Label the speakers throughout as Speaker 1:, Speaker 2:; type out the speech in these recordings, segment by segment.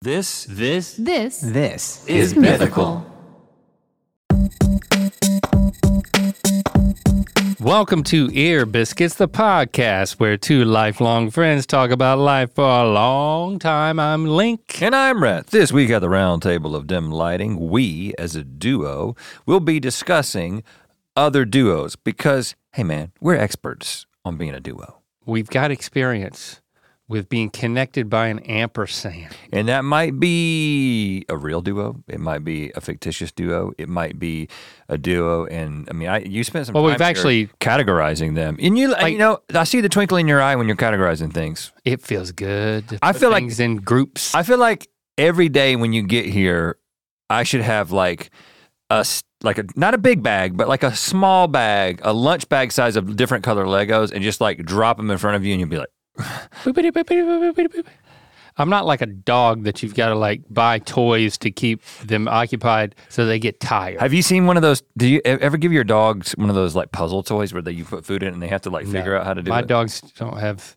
Speaker 1: This, this
Speaker 2: This
Speaker 3: This
Speaker 1: is mythical.
Speaker 4: Welcome to Ear Biscuits, the podcast where two lifelong friends talk about life for a long time. I'm Link.
Speaker 1: And I'm Rhett.
Speaker 5: This week at the round table of dim lighting, we as a duo will be discussing other duos because, hey man, we're experts on being a duo.
Speaker 4: We've got experience with being connected by an ampersand.
Speaker 5: And that might be a real duo, it might be a fictitious duo, it might be a duo. And I mean, I you spent some
Speaker 4: Well,
Speaker 5: time
Speaker 4: we've
Speaker 5: here
Speaker 4: actually-
Speaker 5: categorizing them. And you,
Speaker 4: Like-
Speaker 5: you know, I see the twinkle in your eye when you're categorizing things.
Speaker 4: It feels good. to
Speaker 5: I
Speaker 4: put
Speaker 5: feel like-
Speaker 4: things in groups.
Speaker 5: I feel like every day when you get here, I should have like a s- like a not a big bag, but like a small bag, a lunch bag size of different color Legos, and just like drop them in front of you, and you'll be like,
Speaker 4: Boopity boop, boop, boop, boop, boop. I'm not like a dog that you've got to like buy toys to keep them occupied so they get tired.
Speaker 5: "Have you seen one of those? Do you e- ever give your dogs one of those like puzzle toys where they you put food in and they have to like figure out how to do
Speaker 4: My
Speaker 5: it?"
Speaker 4: dogs don't have.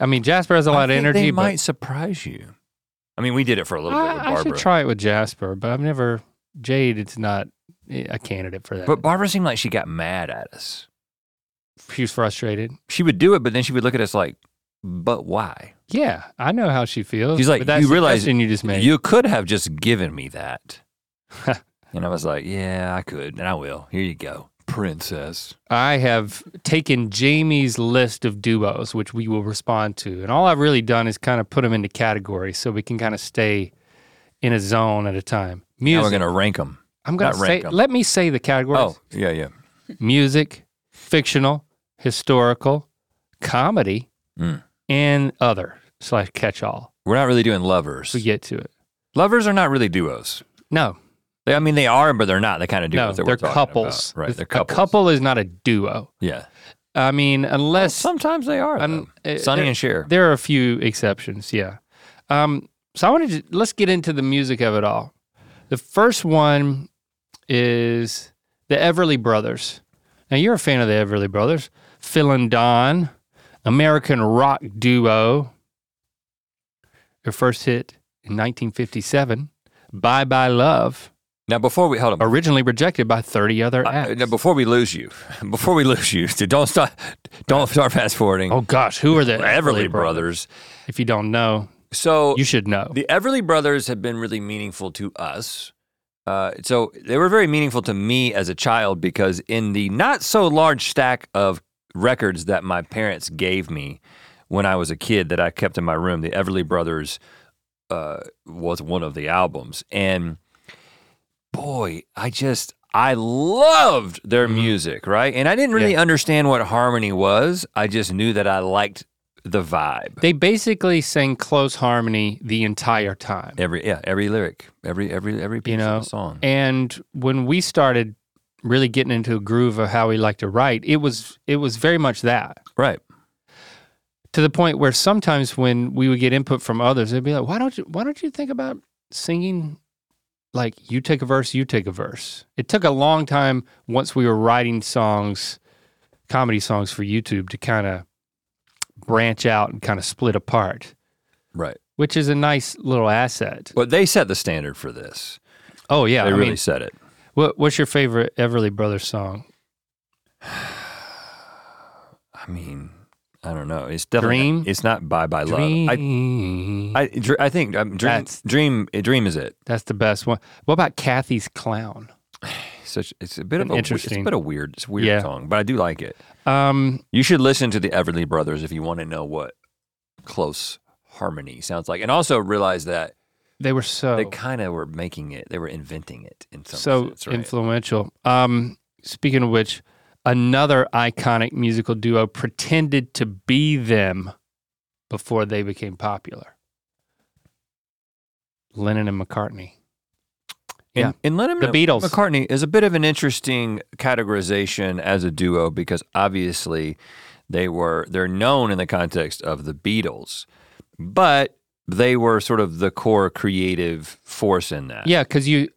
Speaker 4: I mean, Jasper has a
Speaker 5: I
Speaker 4: lot of
Speaker 5: think
Speaker 4: energy,
Speaker 5: They
Speaker 4: but
Speaker 5: might surprise you. I mean, we did it for a little bit with
Speaker 4: I, I
Speaker 5: Barbara.
Speaker 4: should try it with Jasper, but I've never Jade. It's not a candidate for that.
Speaker 5: but Barbara seemed like she got mad at us.
Speaker 4: she was frustrated.
Speaker 5: She would do it, but then she would look at us like, "But why?"
Speaker 4: Yeah, I know how she feels.
Speaker 5: She's like,
Speaker 4: but that
Speaker 5: "You realize
Speaker 4: suggestion you just made.
Speaker 5: You could have just given me that. and I was like, yeah, I could, and I will. Here you go, princess.
Speaker 4: I have taken Jamie's list of duos, which we will respond to, and all I've really done is kind of put them into categories so we can kind of stay in a zone at a time.
Speaker 5: Now
Speaker 4: Music.
Speaker 5: we're gonna rank them.
Speaker 4: I'm gonna
Speaker 5: not
Speaker 4: say.
Speaker 5: rank 'em.
Speaker 4: Let me say the categories.
Speaker 5: Oh, yeah, yeah.
Speaker 4: music, fictional, historical, comedy,
Speaker 5: Mm.
Speaker 4: and other slash catch all.
Speaker 5: We're not really doing lovers.
Speaker 4: We get to it.
Speaker 5: Lovers are not really duos.
Speaker 4: No,
Speaker 5: They, I mean, they are, but they're not the kind of
Speaker 4: no,
Speaker 5: duos that
Speaker 4: they're
Speaker 5: we're talking
Speaker 4: couples.
Speaker 5: about. Right, they're
Speaker 4: a
Speaker 5: couples.
Speaker 4: couple is not a duo.
Speaker 5: Yeah.
Speaker 4: I mean, unless
Speaker 5: Sometimes they are.
Speaker 4: un- uh,
Speaker 5: though. Sonny
Speaker 4: there-
Speaker 5: and Cher.
Speaker 4: There are a few exceptions, yeah. Um, so I wanted to let's get into the music of it all. The first one is the Everly Brothers. Now you're a fan of the Everly Brothers, Phil and Don, American rock duo. Their first hit in 1957, "Bye Bye Love,"
Speaker 5: Now, before we hold on.
Speaker 4: originally rejected by 30 other
Speaker 5: I-
Speaker 4: acts.
Speaker 5: now, Uh, before we lose you, before we lose you, don't stop. Don't start fast forwarding.
Speaker 4: oh gosh, who are the
Speaker 5: Everly Brothers.
Speaker 4: If you don't know,
Speaker 5: So
Speaker 4: you should know.
Speaker 5: The Everly Brothers have been really meaningful to us. Uh, so they were very meaningful to me as a child because in the not so large stack of records that my parents gave me when I was a kid that I kept in my room, the Everly Brothers uh, was one of the albums, and boy, I just I loved their music, right? And I didn't really understand what harmony was. I just knew that I liked the vibe.
Speaker 4: They basically sang close harmony the entire time.
Speaker 5: Every yeah, every lyric, every every every piece
Speaker 4: know,
Speaker 5: of the song.
Speaker 4: And when we started really getting into a groove of how we like to write, it was it was very much that.
Speaker 5: right.
Speaker 4: To the point where sometimes when we would get input from others, they'd be like, "Why don't you why don't you think about singing like you take a verse, you take a verse?" It took a long time once we were writing songs, comedy songs for YouTube to kind of branch out and kind of split apart,
Speaker 5: Right.
Speaker 4: which is a nice little asset.
Speaker 5: But they set the standard for this.
Speaker 4: Oh yeah,
Speaker 5: they
Speaker 4: I
Speaker 5: really
Speaker 4: mean,
Speaker 5: set it.
Speaker 4: What What's your favorite Everly Brothers song?
Speaker 5: I mean, I don't know. It's definitely
Speaker 4: Dream?
Speaker 5: it's not bye bye love. I
Speaker 4: Dream.
Speaker 5: I, dr- I think um, dream,
Speaker 4: That's-
Speaker 5: dream dream is it.
Speaker 4: That's the best one. What about Kathy's Clown?
Speaker 5: Such it's a bit
Speaker 4: An
Speaker 5: of a,
Speaker 4: interesting-
Speaker 5: It's a bit of weird. It's a weird
Speaker 4: Yeah.
Speaker 5: song, but I do like it.
Speaker 4: Um,
Speaker 5: You should listen to the Everly Brothers if you want to know what close harmony sounds like, and also realize that
Speaker 4: they were so
Speaker 5: they kind of were making it. They were inventing it in some
Speaker 4: Oh. so
Speaker 5: sense. Right?
Speaker 4: influential. Um, speaking of which, another iconic musical duo pretended to be them before they became popular. Lennon and McCartney. Yeah.
Speaker 5: And, and Lennon
Speaker 4: The Beatles.
Speaker 5: McCartney is a bit of an interesting categorization as a duo because obviously they were they're known in the context of the Beatles, but they were sort of the core creative force in that.
Speaker 4: Yeah, because you,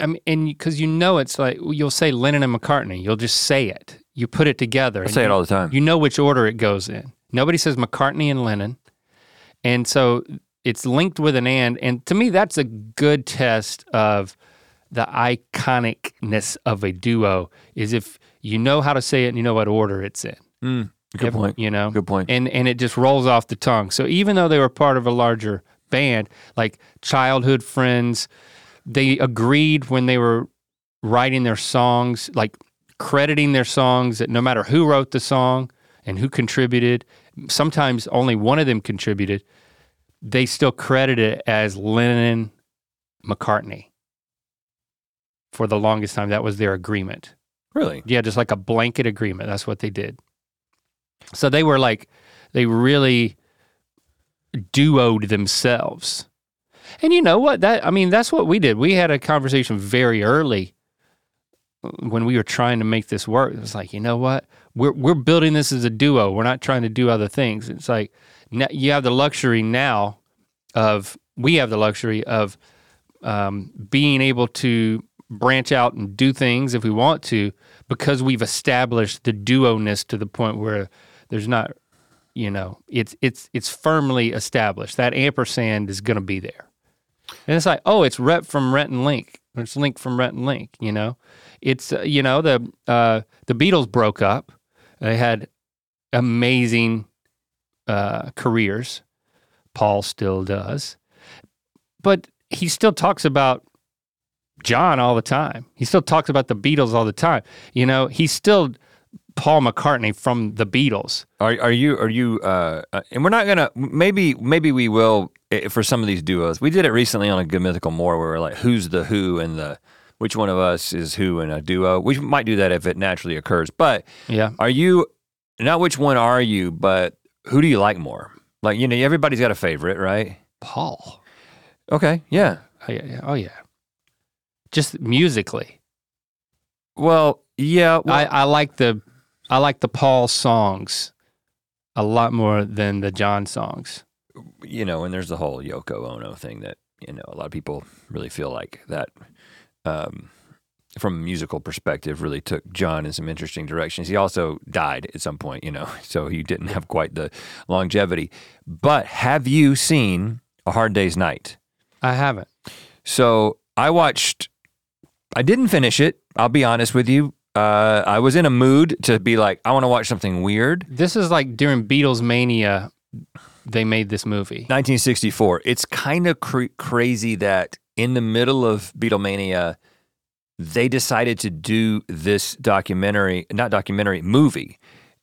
Speaker 4: I mean, and because you know it's like you'll say Lennon and McCartney. You'll just say it. You put it together.
Speaker 5: I
Speaker 4: and
Speaker 5: say
Speaker 4: you-
Speaker 5: it all the time.
Speaker 4: You know which order it goes in. Nobody says McCartney and Lennon, and so it's linked with an and, and to me, that's a good test of the iconicness of a duo. Is if you know how to say it and you know what order it's in.
Speaker 5: Mm, good
Speaker 4: Every-
Speaker 5: point.
Speaker 4: You know,
Speaker 5: Good point.
Speaker 4: and and it just rolls off the tongue. So even though they were part of a larger band, like childhood friends, they agreed when they were writing their songs, like crediting their songs that no matter who wrote the song and who contributed, sometimes only one of them contributed, they still credit it as Lennon McCartney. For the longest time, that was their agreement.
Speaker 5: Really?
Speaker 4: Yeah, just like a blanket agreement. That's what they did. So they were like, they really duoed themselves. And you know what? That I mean, that's what we did. We had a conversation very early when we were trying to make this work. It was like, you know what? We're we're building this as a duo. We're not trying to do other things. It's like now, you have the luxury now of we have the luxury of um, being able to branch out and do things if we want to because we've established the duo-ness to the point where there's not you know it's it's it's firmly established that ampersand is going to be there and it's like oh it's rep from rent and link or it's link from rent and link you know it's uh, you know the uh the beatles broke up they had amazing uh careers paul still does but he still talks about John all the time. He still talks about the Beatles all the time. You know, he's still Paul McCartney from the Beatles.
Speaker 5: Are are you are you? Uh, uh, and we're not gonna. Maybe maybe we will eh, for some of these duos. We did it recently on a Good Mythical More, where we're like, who's the who and the which one of us is who in a duo. We might do that if it naturally occurs. But
Speaker 4: Yeah.
Speaker 5: are you not which one are you, but who do you like more? Like you know, everybody's got a favorite, right?
Speaker 4: Paul.
Speaker 5: Okay, yeah.
Speaker 4: Oh yeah. yeah. Oh yeah. Just musically.
Speaker 5: Well, yeah. Well,
Speaker 4: I, I like the I like the Paul songs a lot more than the John songs.
Speaker 5: you know, and there's the whole Yoko Ono thing that you know a lot of people really feel like that um, from a musical perspective really took John in some interesting directions. He also died at some point, you know, so he didn't have quite the longevity. But have you seen A Hard Day's Night?
Speaker 4: I haven't.
Speaker 5: So I watched. I didn't finish it. I'll be honest with you. Uh, I was in a mood to be like, I want to watch something weird.
Speaker 4: This is like during Beatles mania they made this movie.
Speaker 5: 1964. It's kind of cr- crazy that in the middle of Beatlemania, they decided to do this documentary, not documentary, movie.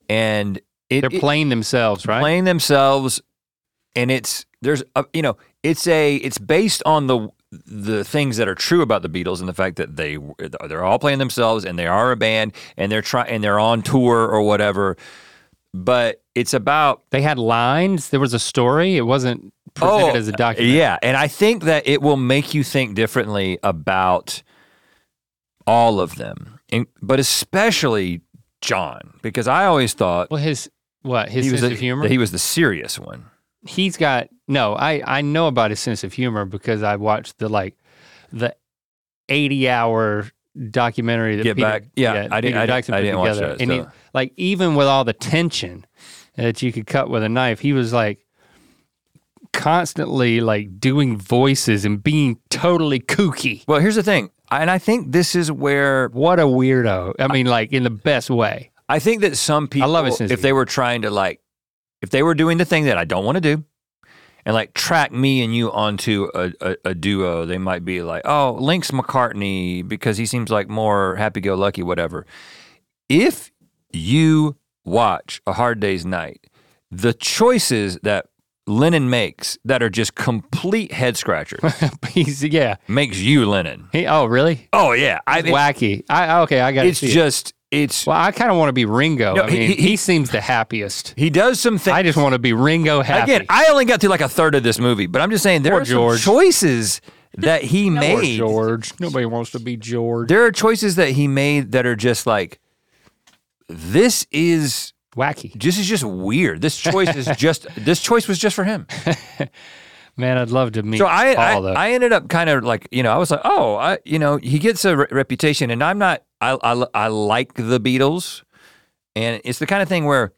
Speaker 5: And it,
Speaker 4: They're
Speaker 5: it-
Speaker 4: playing themselves, right?
Speaker 5: playing themselves and it's there's a, you know it's a it's based on the the things that are true about the Beatles and the fact that they they're all playing themselves and they are a band and they're trying and they're on tour or whatever but it's about
Speaker 4: they had lines. There was a story. It wasn't presented
Speaker 5: Oh,
Speaker 4: as a document.
Speaker 5: Yeah, and I think that it will make you think differently about all of them, and, but especially John, because I always thought
Speaker 4: Well, his what his
Speaker 5: he was
Speaker 4: sense
Speaker 5: the,
Speaker 4: of humor.
Speaker 5: that he was the serious one.
Speaker 4: he, has got no. I I know about his sense of humor because I watched the like the eighty hour documentary that
Speaker 5: Get
Speaker 4: Peter,
Speaker 5: back- yeah, I didn't-
Speaker 4: Peter
Speaker 5: I didn't-
Speaker 4: Jackson
Speaker 5: I
Speaker 4: put
Speaker 5: didn't watch
Speaker 4: together.
Speaker 5: that,
Speaker 4: And he-
Speaker 5: so.
Speaker 4: like even with all the tension that you could cut with a knife, he was like constantly like doing voices and being totally kooky.
Speaker 5: Well, here's the thing, I- and I think this is where
Speaker 4: What a weirdo! I mean, like in the best way.
Speaker 5: I think that some people,
Speaker 4: love it, Cincy.
Speaker 5: if they were trying to like, if they were doing the thing that I don't want to do, and like track me and you onto a, a, a duo, they might be like, oh, Link's McCartney because he seems like more happy-go-lucky, whatever. If you watch A Hard Day's Night, the choices that Lennon makes that are just complete head scratchers
Speaker 4: He's yeah.
Speaker 5: makes you Lennon.
Speaker 4: He, oh really?
Speaker 5: Oh yeah, I, it,
Speaker 4: wacky. I okay, I got to
Speaker 5: it's
Speaker 4: see. it.
Speaker 5: just it's
Speaker 4: well, I kind of want to be Ringo.
Speaker 5: No,
Speaker 4: I
Speaker 5: he-
Speaker 4: mean, he,
Speaker 5: he-
Speaker 4: seems the happiest.
Speaker 5: he does some things.
Speaker 4: I just want to be Ringo happy.
Speaker 5: Again, I only got through like a third of this movie, but I'm just saying there
Speaker 4: Poor
Speaker 5: are some
Speaker 4: George.
Speaker 5: choices that he
Speaker 4: Poor
Speaker 5: made.
Speaker 4: George. Nobody wants to be George.
Speaker 5: There are choices that he made that are just like this is
Speaker 4: Wacky.
Speaker 5: this is just weird. This choice is just this choice was just for him.
Speaker 4: Man, I'd love to meet
Speaker 5: So I
Speaker 4: Paul though.
Speaker 5: I, I ended up kind of like you know I was like oh I you know he gets a re- reputation and I'm not I, I I like the Beatles, and it's the kind of thing where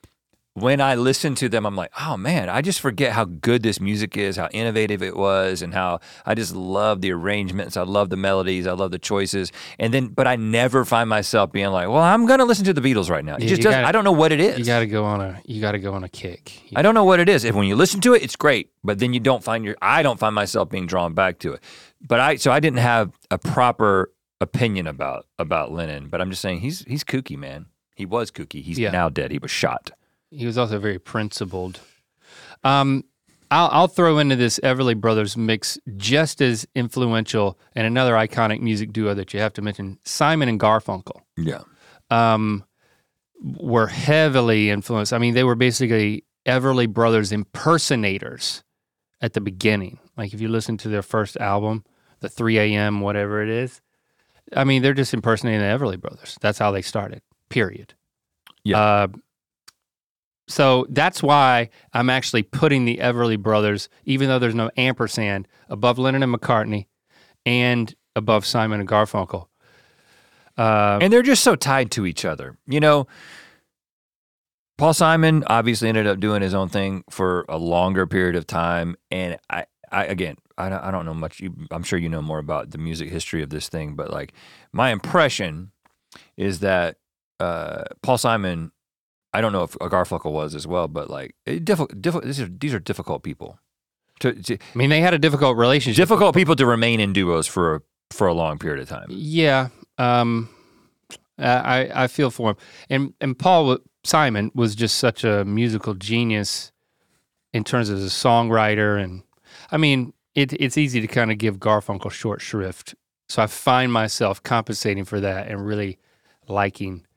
Speaker 5: when I listen to them, I'm like, oh man, I just forget how good this music is, how innovative it was, and how I just love the arrangements. I love the melodies. I love the choices. And then, but I never find myself being like, well, I'm going to listen to the Beatles right now. It
Speaker 4: Yeah,
Speaker 5: just
Speaker 4: you
Speaker 5: doesn't,
Speaker 4: gotta-
Speaker 5: I don't know what it is.
Speaker 4: You got to go on a you got to go on a kick. You
Speaker 5: I don't know what it is. If when you listen to it, it's great, but then you don't find your I don't find myself being drawn back to it. But I so I didn't have a proper opinion about about Lennon, but I'm just saying he's he's kooky, man. He was kooky. He's
Speaker 4: Yeah.
Speaker 5: now dead. He was shot.
Speaker 4: he was also very principled. Um, I'll, I'll throw into this Everly Brothers mix just as influential and another iconic music duo that you have to mention, Simon and Garfunkel.
Speaker 5: Yeah.
Speaker 4: Um, were heavily influenced. I mean, they were basically Everly Brothers impersonators at the beginning. Like if you listen to their first album, the 3 a.m. whatever it is, I mean, they're just impersonating the Everly Brothers. That's how they started. Period.
Speaker 5: Yeah.
Speaker 4: Uh, so that's why I'm actually putting the Everly Brothers, even though there's no ampersand, above Lennon and McCartney, and above Simon and Garfunkel. Uh,
Speaker 5: and they're just so tied to each other. You know, Paul Simon obviously ended up doing his own thing for a longer period of time, and I, I again, I don't, I don't know much. You, I'm sure you know more about the music history of this thing, but like my impression is that uh, Paul Simon, I don't know if Garfunkel was as well, but like it, difficult, difficult. These are these are difficult people. To, to,
Speaker 4: I mean, they had a difficult relationship.
Speaker 5: difficult people to remain in duos for a, for a long period of time.
Speaker 4: Yeah, um, I I I feel for him, and and Paul wa- Simon was just such a musical genius in terms of as a songwriter, and I mean, it it's easy to kind of give Garfunkel short shrift, so I find myself compensating for that and really liking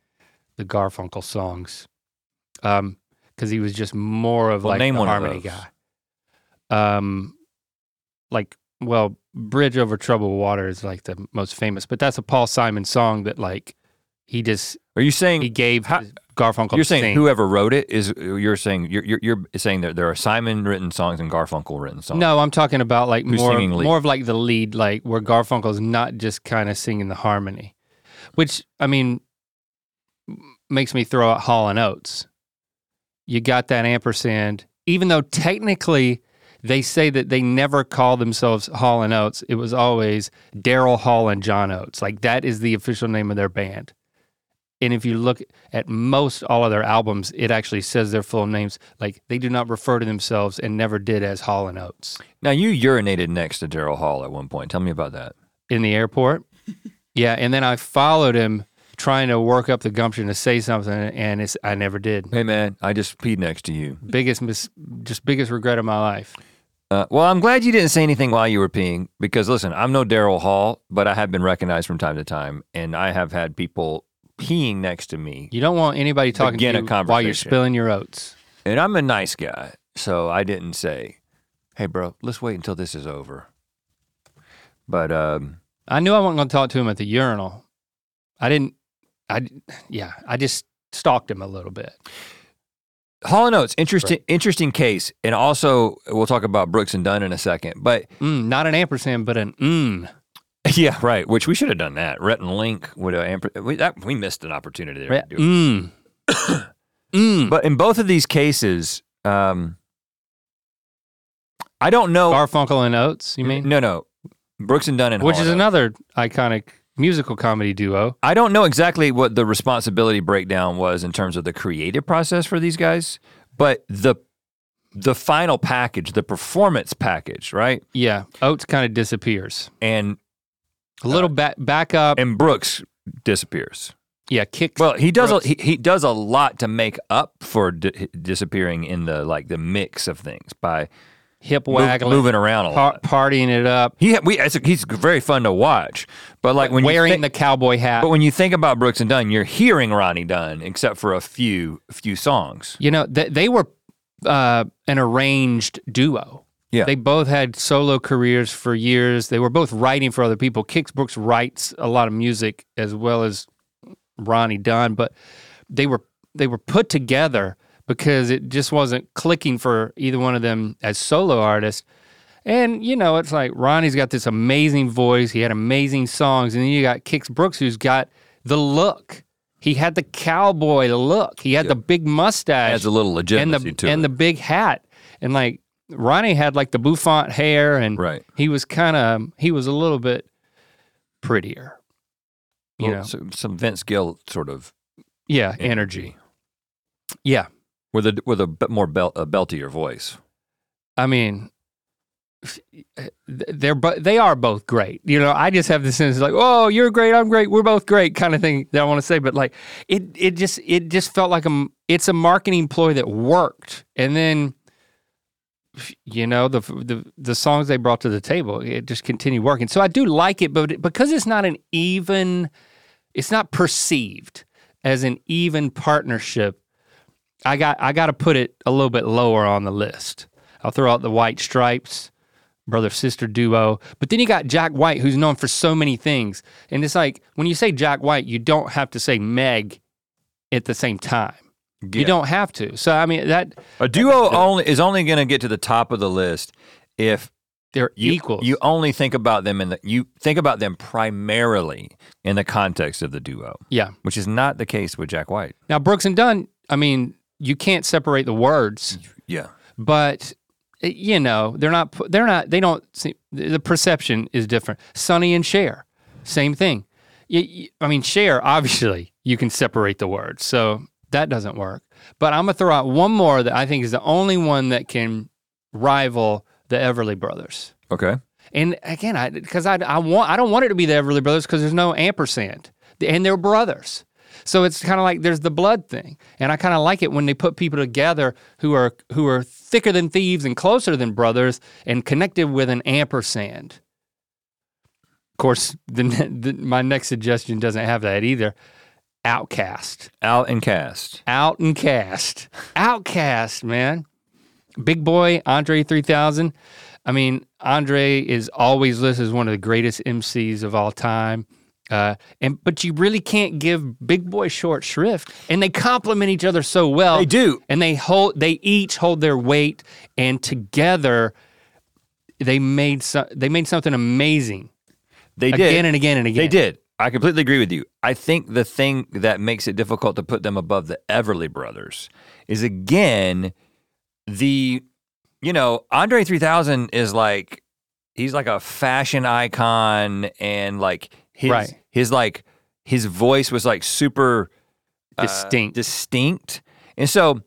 Speaker 4: the Garfunkel songs, um, because he was just more of
Speaker 5: Well,
Speaker 4: like
Speaker 5: name
Speaker 4: the
Speaker 5: one of
Speaker 4: harmony
Speaker 5: those.
Speaker 4: guy, um, like well, Bridge Over Troubled Water is like the most famous, but that's a Paul Simon song that like he just
Speaker 5: Are you saying
Speaker 4: he gave
Speaker 5: How-
Speaker 4: Garfunkel.
Speaker 5: You're
Speaker 4: to
Speaker 5: saying
Speaker 4: sing.
Speaker 5: whoever wrote it is you're saying you're you're, you're saying that there are Simon written songs and Garfunkel written songs.
Speaker 4: No, I'm talking about like
Speaker 5: Who's
Speaker 4: more
Speaker 5: singing lead?
Speaker 4: more of like the lead, like where Garfunkel's not just kind of singing the harmony, which I mean m- makes me throw out Hall and Oates. You got that ampersand, even though technically they say that they never call themselves Hall and Oates. It was always Daryl Hall and John Oates. Like that is the official name of their band. And if you look at most all of their albums, it actually says their full names. Like they do not refer to themselves and never did as Hall and Oates.
Speaker 5: Now you urinated next to Daryl Hall at one point. Tell me about that.
Speaker 4: in the airport. yeah, and then I followed him trying to work up the gumption to say something, and it's I never did.
Speaker 5: Hey man, I just peed next to you.
Speaker 4: Biggest mis- just biggest regret of my life.
Speaker 5: Uh, well, I'm glad you didn't say anything while you were peeing because listen, I'm no Daryl Hall, but I have been recognized from time to time, and I have had people peeing next to me,
Speaker 4: You don't want anybody talking
Speaker 5: Begin
Speaker 4: to
Speaker 5: a
Speaker 4: you while you're
Speaker 5: conversation.
Speaker 4: spilling your oats.
Speaker 5: and I'm a nice guy, so I didn't say, "Hey, bro, let's wait until this is over." But um,
Speaker 4: I knew I wasn't going to talk to him at the urinal. I didn't. I d- yeah. I just stalked him a little bit.
Speaker 5: Hall and Oates, interesting, interesting case, and also we'll talk about Brooks and Dunn in a second. But
Speaker 4: Mm, not an ampersand, but an mm.
Speaker 5: yeah, right. Which we should have done that. Rhett and Link would have amp- we, that, we missed an opportunity there.
Speaker 4: Right?
Speaker 5: to do it.
Speaker 4: Mm. mm.
Speaker 5: But in both of these cases, um, I don't know.
Speaker 4: Garfunkel and Oates. You mean?
Speaker 5: no, no. Brooks and Dunn Mm-hmm. and
Speaker 4: Which
Speaker 5: Hall
Speaker 4: is
Speaker 5: and Oates.
Speaker 4: another iconic musical comedy duo.
Speaker 5: I don't know exactly what the responsibility breakdown was in terms of the creative process for these guys, but the the final package, the performance package, right?
Speaker 4: Yeah, Oates kind of disappears.
Speaker 5: And
Speaker 4: A little back back up.
Speaker 5: Uh, and Brooks disappears.
Speaker 4: yeah, kick.
Speaker 5: Well, he does
Speaker 4: Brooks.
Speaker 5: a, he, he does a lot to make up for di- disappearing in the like the mix of things by
Speaker 4: hip
Speaker 5: mov-
Speaker 4: waggling,
Speaker 5: moving around a
Speaker 4: par-
Speaker 5: lot.
Speaker 4: partying it up,
Speaker 5: He ha- we it's, he's very fun to watch, but like when
Speaker 4: wearing
Speaker 5: you thi-
Speaker 4: the cowboy hat.
Speaker 5: but when you think about Brooks and Dunn, you're hearing Ronnie Dunn except for a few few songs.
Speaker 4: you know, th- they were uh, an arranged duo.
Speaker 5: Yeah.
Speaker 4: They both had solo careers for years. They were both writing for other people. Kix Brooks writes a lot of music as well as Ronnie Dunn, but they were they were put together because it just wasn't clicking for either one of them as solo artists. And you know, it's like Ronnie's got this amazing voice. He had amazing songs, and then you got Kix Brooks, who's got the look. He had the cowboy look. He had the big mustache
Speaker 5: adds a little
Speaker 4: and
Speaker 5: legitimacy
Speaker 4: the
Speaker 5: to
Speaker 4: and
Speaker 5: it.
Speaker 4: the big hat. And like Ronnie had like the bouffant hair and
Speaker 5: right.
Speaker 4: he was kind of he was a little bit prettier. You
Speaker 5: Well,
Speaker 4: know.
Speaker 5: so- some Vince Gill sort of
Speaker 4: Yeah, energy. Yeah.
Speaker 5: with a with a bit more bel- a beltier voice.
Speaker 4: I mean, eh, th- they're bo- they are both great. You know, I just have the sense like, oh, you're great, I'm great, we're both great, kind of thing that I want to say. But like, it it just it just felt like a m- it's a marketing ploy that worked, and then you know the the the songs they brought to the table, it just continued working. So I do like it, but it- because it's not an even, it's not perceived as an even partnership. I got I got to put it a little bit lower on the list. I'll throw out the White Stripes, brother sister duo. But then you got Jack White, who's known for so many things. And it's like when you say Jack White, you don't have to say Meg at the same time. You
Speaker 5: Yeah.
Speaker 4: don't have to. So I mean that
Speaker 5: A duo only is only going to get to the top of the list if
Speaker 4: they're
Speaker 5: you,
Speaker 4: equals.
Speaker 5: You only think about them in the you think about them primarily in the context of the duo,
Speaker 4: yeah.
Speaker 5: which is not the case with Jack White.
Speaker 4: Now Brooks and Dunn, I mean, you can't separate the words,
Speaker 5: Yeah,
Speaker 4: but eh, you know, they're not pu- they're not they don't see the perception is different. Sonny and Cher, same thing. You, you- I mean, Cher, obviously, you can separate the words. So that doesn't work. But I'm going to throw out one more that I think is the only one that can rival the Everly Brothers.
Speaker 5: Okay.
Speaker 4: And again, I because I, I want I don't want it to be the Everly Brothers because there's no ampersand, and they're brothers, so it's kind of like there's the blood thing, and I kind of like it when they put people together who are who are thicker than thieves and closer than brothers and connected with an ampersand. Of course, the, ne- the, my next suggestion doesn't have that either. Outcast.
Speaker 5: Out and Cast.
Speaker 4: Out and cast. Outcast, man. Big boy, Andre 3000. I mean, Andre is always listed as one of the greatest MCs of all time. Uh, and but you really can't give Big Boy short shrift, and they complement each other so well.
Speaker 5: They do.
Speaker 4: and they hold. They each hold their weight, and together, they made so, they made something amazing
Speaker 5: They did.
Speaker 4: again and again and again.
Speaker 5: They did. I completely agree with you. I think the thing that makes it difficult to put them above the Everly brothers is again the you know, Andre 3000 is like he's like a fashion icon and like his
Speaker 4: Right.
Speaker 5: his like his voice was like super uh,
Speaker 4: distinct.
Speaker 5: distinct. And so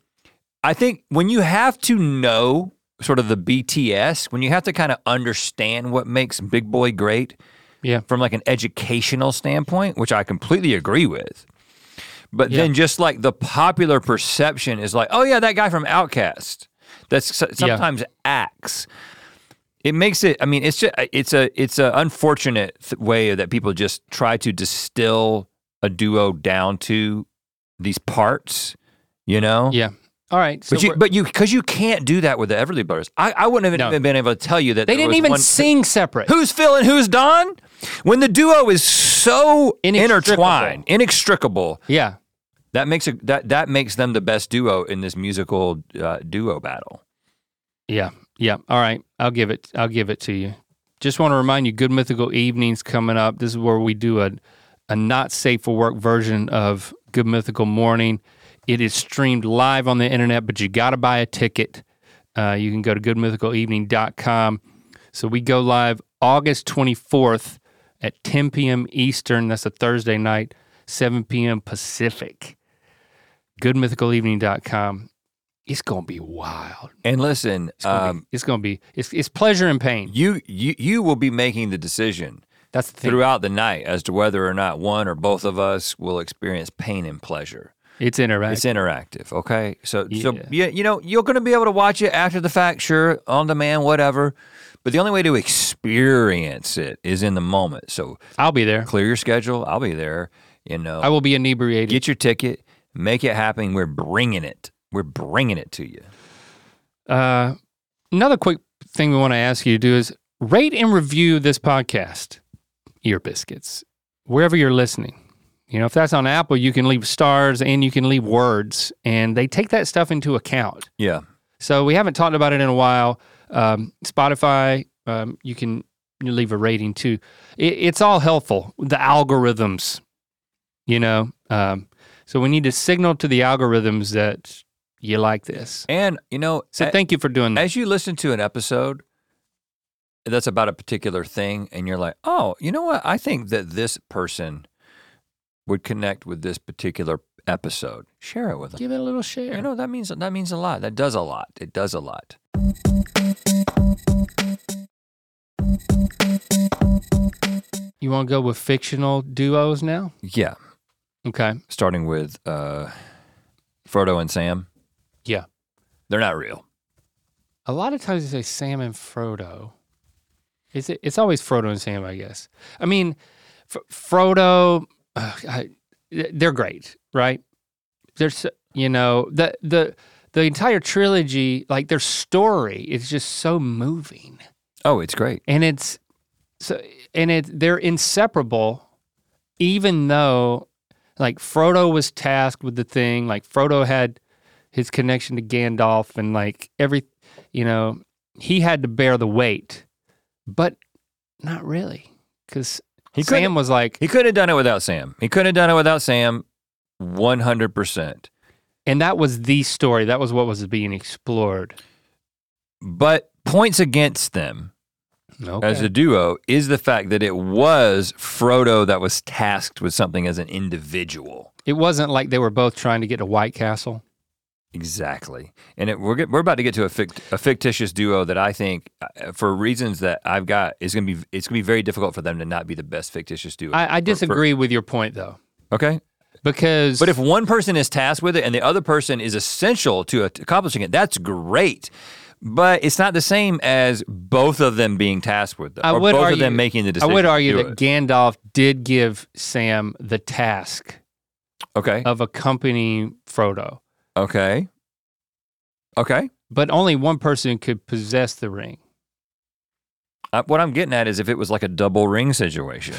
Speaker 5: I think when you have to know sort of the BTS, when you have to kind of understand what makes Big Boy great,
Speaker 4: Yeah.
Speaker 5: from like an educational standpoint, which I completely agree with. But then just like the popular perception is like, oh yeah, that guy from Outcast. That's so- sometimes acts. It makes it. I mean, it's just it's a it's a unfortunate th- way that people just try to distill a duo down to these parts. You know.
Speaker 4: yeah. All right. So
Speaker 5: But you,
Speaker 4: we're-
Speaker 5: but you, because you can't do that with the Everly Brothers. I, I wouldn't have
Speaker 4: No.
Speaker 5: even been able to tell you that
Speaker 4: they
Speaker 5: there
Speaker 4: didn't
Speaker 5: was
Speaker 4: even
Speaker 5: one-
Speaker 4: sing separate.
Speaker 5: Who's Phil and who's Don? When the duo is so
Speaker 4: Inextricable.
Speaker 5: intertwined, inextricable,
Speaker 4: Yeah.
Speaker 5: that makes a, that that makes them the best duo in this musical uh, duo battle.
Speaker 4: Yeah, yeah. All right, I'll give it. I'll give it to you. Just want to remind you, Good Mythical Evenings coming up. This is where we do a a not safe for work version of Good Mythical Morning. It is streamed live on the internet, but you got to buy a ticket. Uh, you can go to goodmythicalevening.com. So we go live August 24th at 10 p.m. Eastern. That's a Thursday night, 7 p.m. Pacific. Goodmythicalevening.com. It's going to be wild.
Speaker 5: And listen,
Speaker 4: It's gonna,
Speaker 5: um,
Speaker 4: be, it's gonna be it's it's pleasure and pain.
Speaker 5: you you you will be making the decision
Speaker 4: That's the thing.
Speaker 5: throughout the night as to whether or not one or both of us will experience pain and pleasure.
Speaker 4: It's interactive.
Speaker 5: It's interactive, okay? So so
Speaker 4: Yeah.
Speaker 5: yeah, you know, you're going to be able to watch it after the fact, sure, on demand, whatever. But the only way to experience it is in the moment. So
Speaker 4: I'll be there.
Speaker 5: clear your schedule. I'll be there. You know,
Speaker 4: I will be inebriated.
Speaker 5: get your ticket, make it happen. We're bringing it. We're bringing it to you.
Speaker 4: Uh, another quick thing we want to ask you to do is rate and review this podcast, Ear Biscuits, wherever you're listening. You know, if that's on Apple, you can leave stars and you can leave words, and they take that stuff into account.
Speaker 5: Yeah.
Speaker 4: So we haven't talked about it in a while. Um, Spotify, um, you can you leave a rating too. It, it's all helpful. The algorithms, you know, um, So we need to signal to the algorithms that you like this.
Speaker 5: And you know,
Speaker 4: So
Speaker 5: a-
Speaker 4: thank you for doing that.
Speaker 5: as you listen to an episode that's about a particular thing, and you're like, oh, you know what? I think that this person would connect with this particular episode. Share it with them.
Speaker 4: Give it a little share.
Speaker 5: You know, that means that means a lot. That does a lot. It does a lot.
Speaker 4: You want to go with fictional duos now?
Speaker 5: Yeah.
Speaker 4: Okay.
Speaker 5: Starting with uh Frodo and Sam.
Speaker 4: Yeah.
Speaker 5: They're not real.
Speaker 4: A lot of times they say Sam and Frodo. Is it? It's always Frodo and Sam, I guess. I mean, F- Frodo, ugh, I, they're great, right? There's, you know, the the the entire trilogy, like their story, is just so moving,
Speaker 5: Oh, it's great.
Speaker 4: and it's so, and it they're inseparable, even though, like Frodo was tasked with the thing, like Frodo had his connection to Gandalf, and like every, you know, he had to bear the weight, but not really, because
Speaker 5: He couldn't-
Speaker 4: Sam was like,
Speaker 5: He couldn't have done it without Sam. He couldn't have done it without Sam 100%.
Speaker 4: and that was the story. That was what was being explored.
Speaker 5: But points against them
Speaker 4: Okay.
Speaker 5: as a duo is the fact that it was Frodo that was tasked with something as an individual.
Speaker 4: it wasn't like they were both trying to get to White Castle.
Speaker 5: Exactly. And it, we're, get, we're about to get to a, fict, a fictitious duo that I think, uh, for reasons that I've got, is going to be it's going to be very difficult for them to not be the best fictitious duo.
Speaker 4: I, I
Speaker 5: For- for-
Speaker 4: disagree with your point though,
Speaker 5: okay.
Speaker 4: because
Speaker 5: But if one person is tasked with it and the other person is essential to a- to accomplishing it, that's great. But it's not the same as both of them being tasked with it,
Speaker 4: I
Speaker 5: or
Speaker 4: would
Speaker 5: both
Speaker 4: argue,
Speaker 5: of them making the decision.
Speaker 4: I would argue
Speaker 5: to
Speaker 4: that
Speaker 5: do it.
Speaker 4: Gandalf did give Sam the task
Speaker 5: Okay.
Speaker 4: of accompanying Frodo,
Speaker 5: Okay. Okay.
Speaker 4: but only one person could possess the ring.
Speaker 5: Uh, what I'm getting at is if it was like a double ring situation.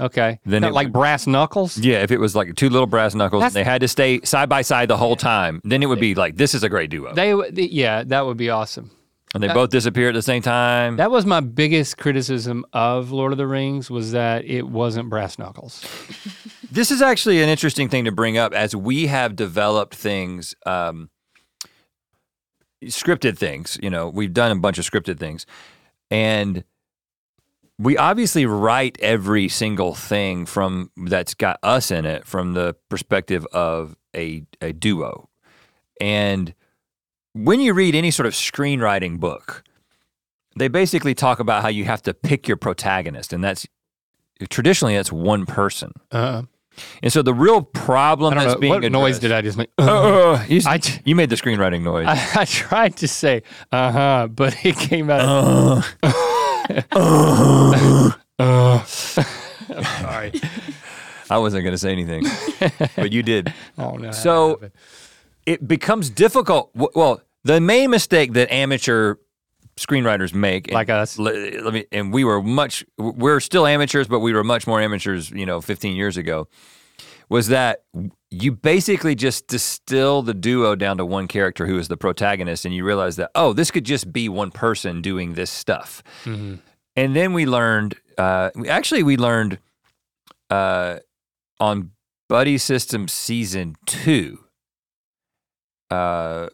Speaker 4: Okay,
Speaker 5: Then
Speaker 4: Not
Speaker 5: it
Speaker 4: like brass knuckles.
Speaker 5: yeah, if it was like two little brass knuckles
Speaker 4: That's-
Speaker 5: and they had to stay side by side the whole time, then it would be like, this is a great duo.
Speaker 4: They, w- th- yeah, that would be awesome.
Speaker 5: and they
Speaker 4: uh,
Speaker 5: both disappear at the same time.
Speaker 4: That was my biggest criticism of Lord of the Rings was that it wasn't brass knuckles.
Speaker 5: This is actually an interesting thing to bring up as we have developed things, um, scripted things. You know, we've done a bunch of scripted things, and we obviously write every single thing from that's got us in it from the perspective of a a duo, and when you read any sort of screenwriting book, they basically talk about how you have to pick your protagonist, and that's traditionally that's one person.
Speaker 4: Uh,
Speaker 5: And so the real
Speaker 4: I
Speaker 5: problem
Speaker 4: don't
Speaker 5: that's
Speaker 4: know
Speaker 5: being
Speaker 4: Uh, what noise did
Speaker 5: addressed-
Speaker 4: I just make.
Speaker 5: Oh, oh, you,
Speaker 4: I j-
Speaker 5: you made the screenwriting noise.
Speaker 4: I, I tried to say uh huh, but it came out.
Speaker 5: Uh,
Speaker 4: Uh,
Speaker 5: Uh-huh.
Speaker 4: I'm sorry.
Speaker 5: I wasn't going to say anything, but you did.
Speaker 4: Oh no.
Speaker 5: So- It becomes difficult. w- Well, the main mistake that amateur screenwriters make, and
Speaker 4: Like us.
Speaker 5: le- Let, me, and we were much. We're still amateurs, but we were much more amateurs. You know, 15 years ago, was that you basically just distill the duo down to one character who is the protagonist, and you realize that oh, this could just be one person doing this stuff.
Speaker 4: Mhm.
Speaker 5: and then we learned uh, we- actually we learned uh, on buddy system season two uh,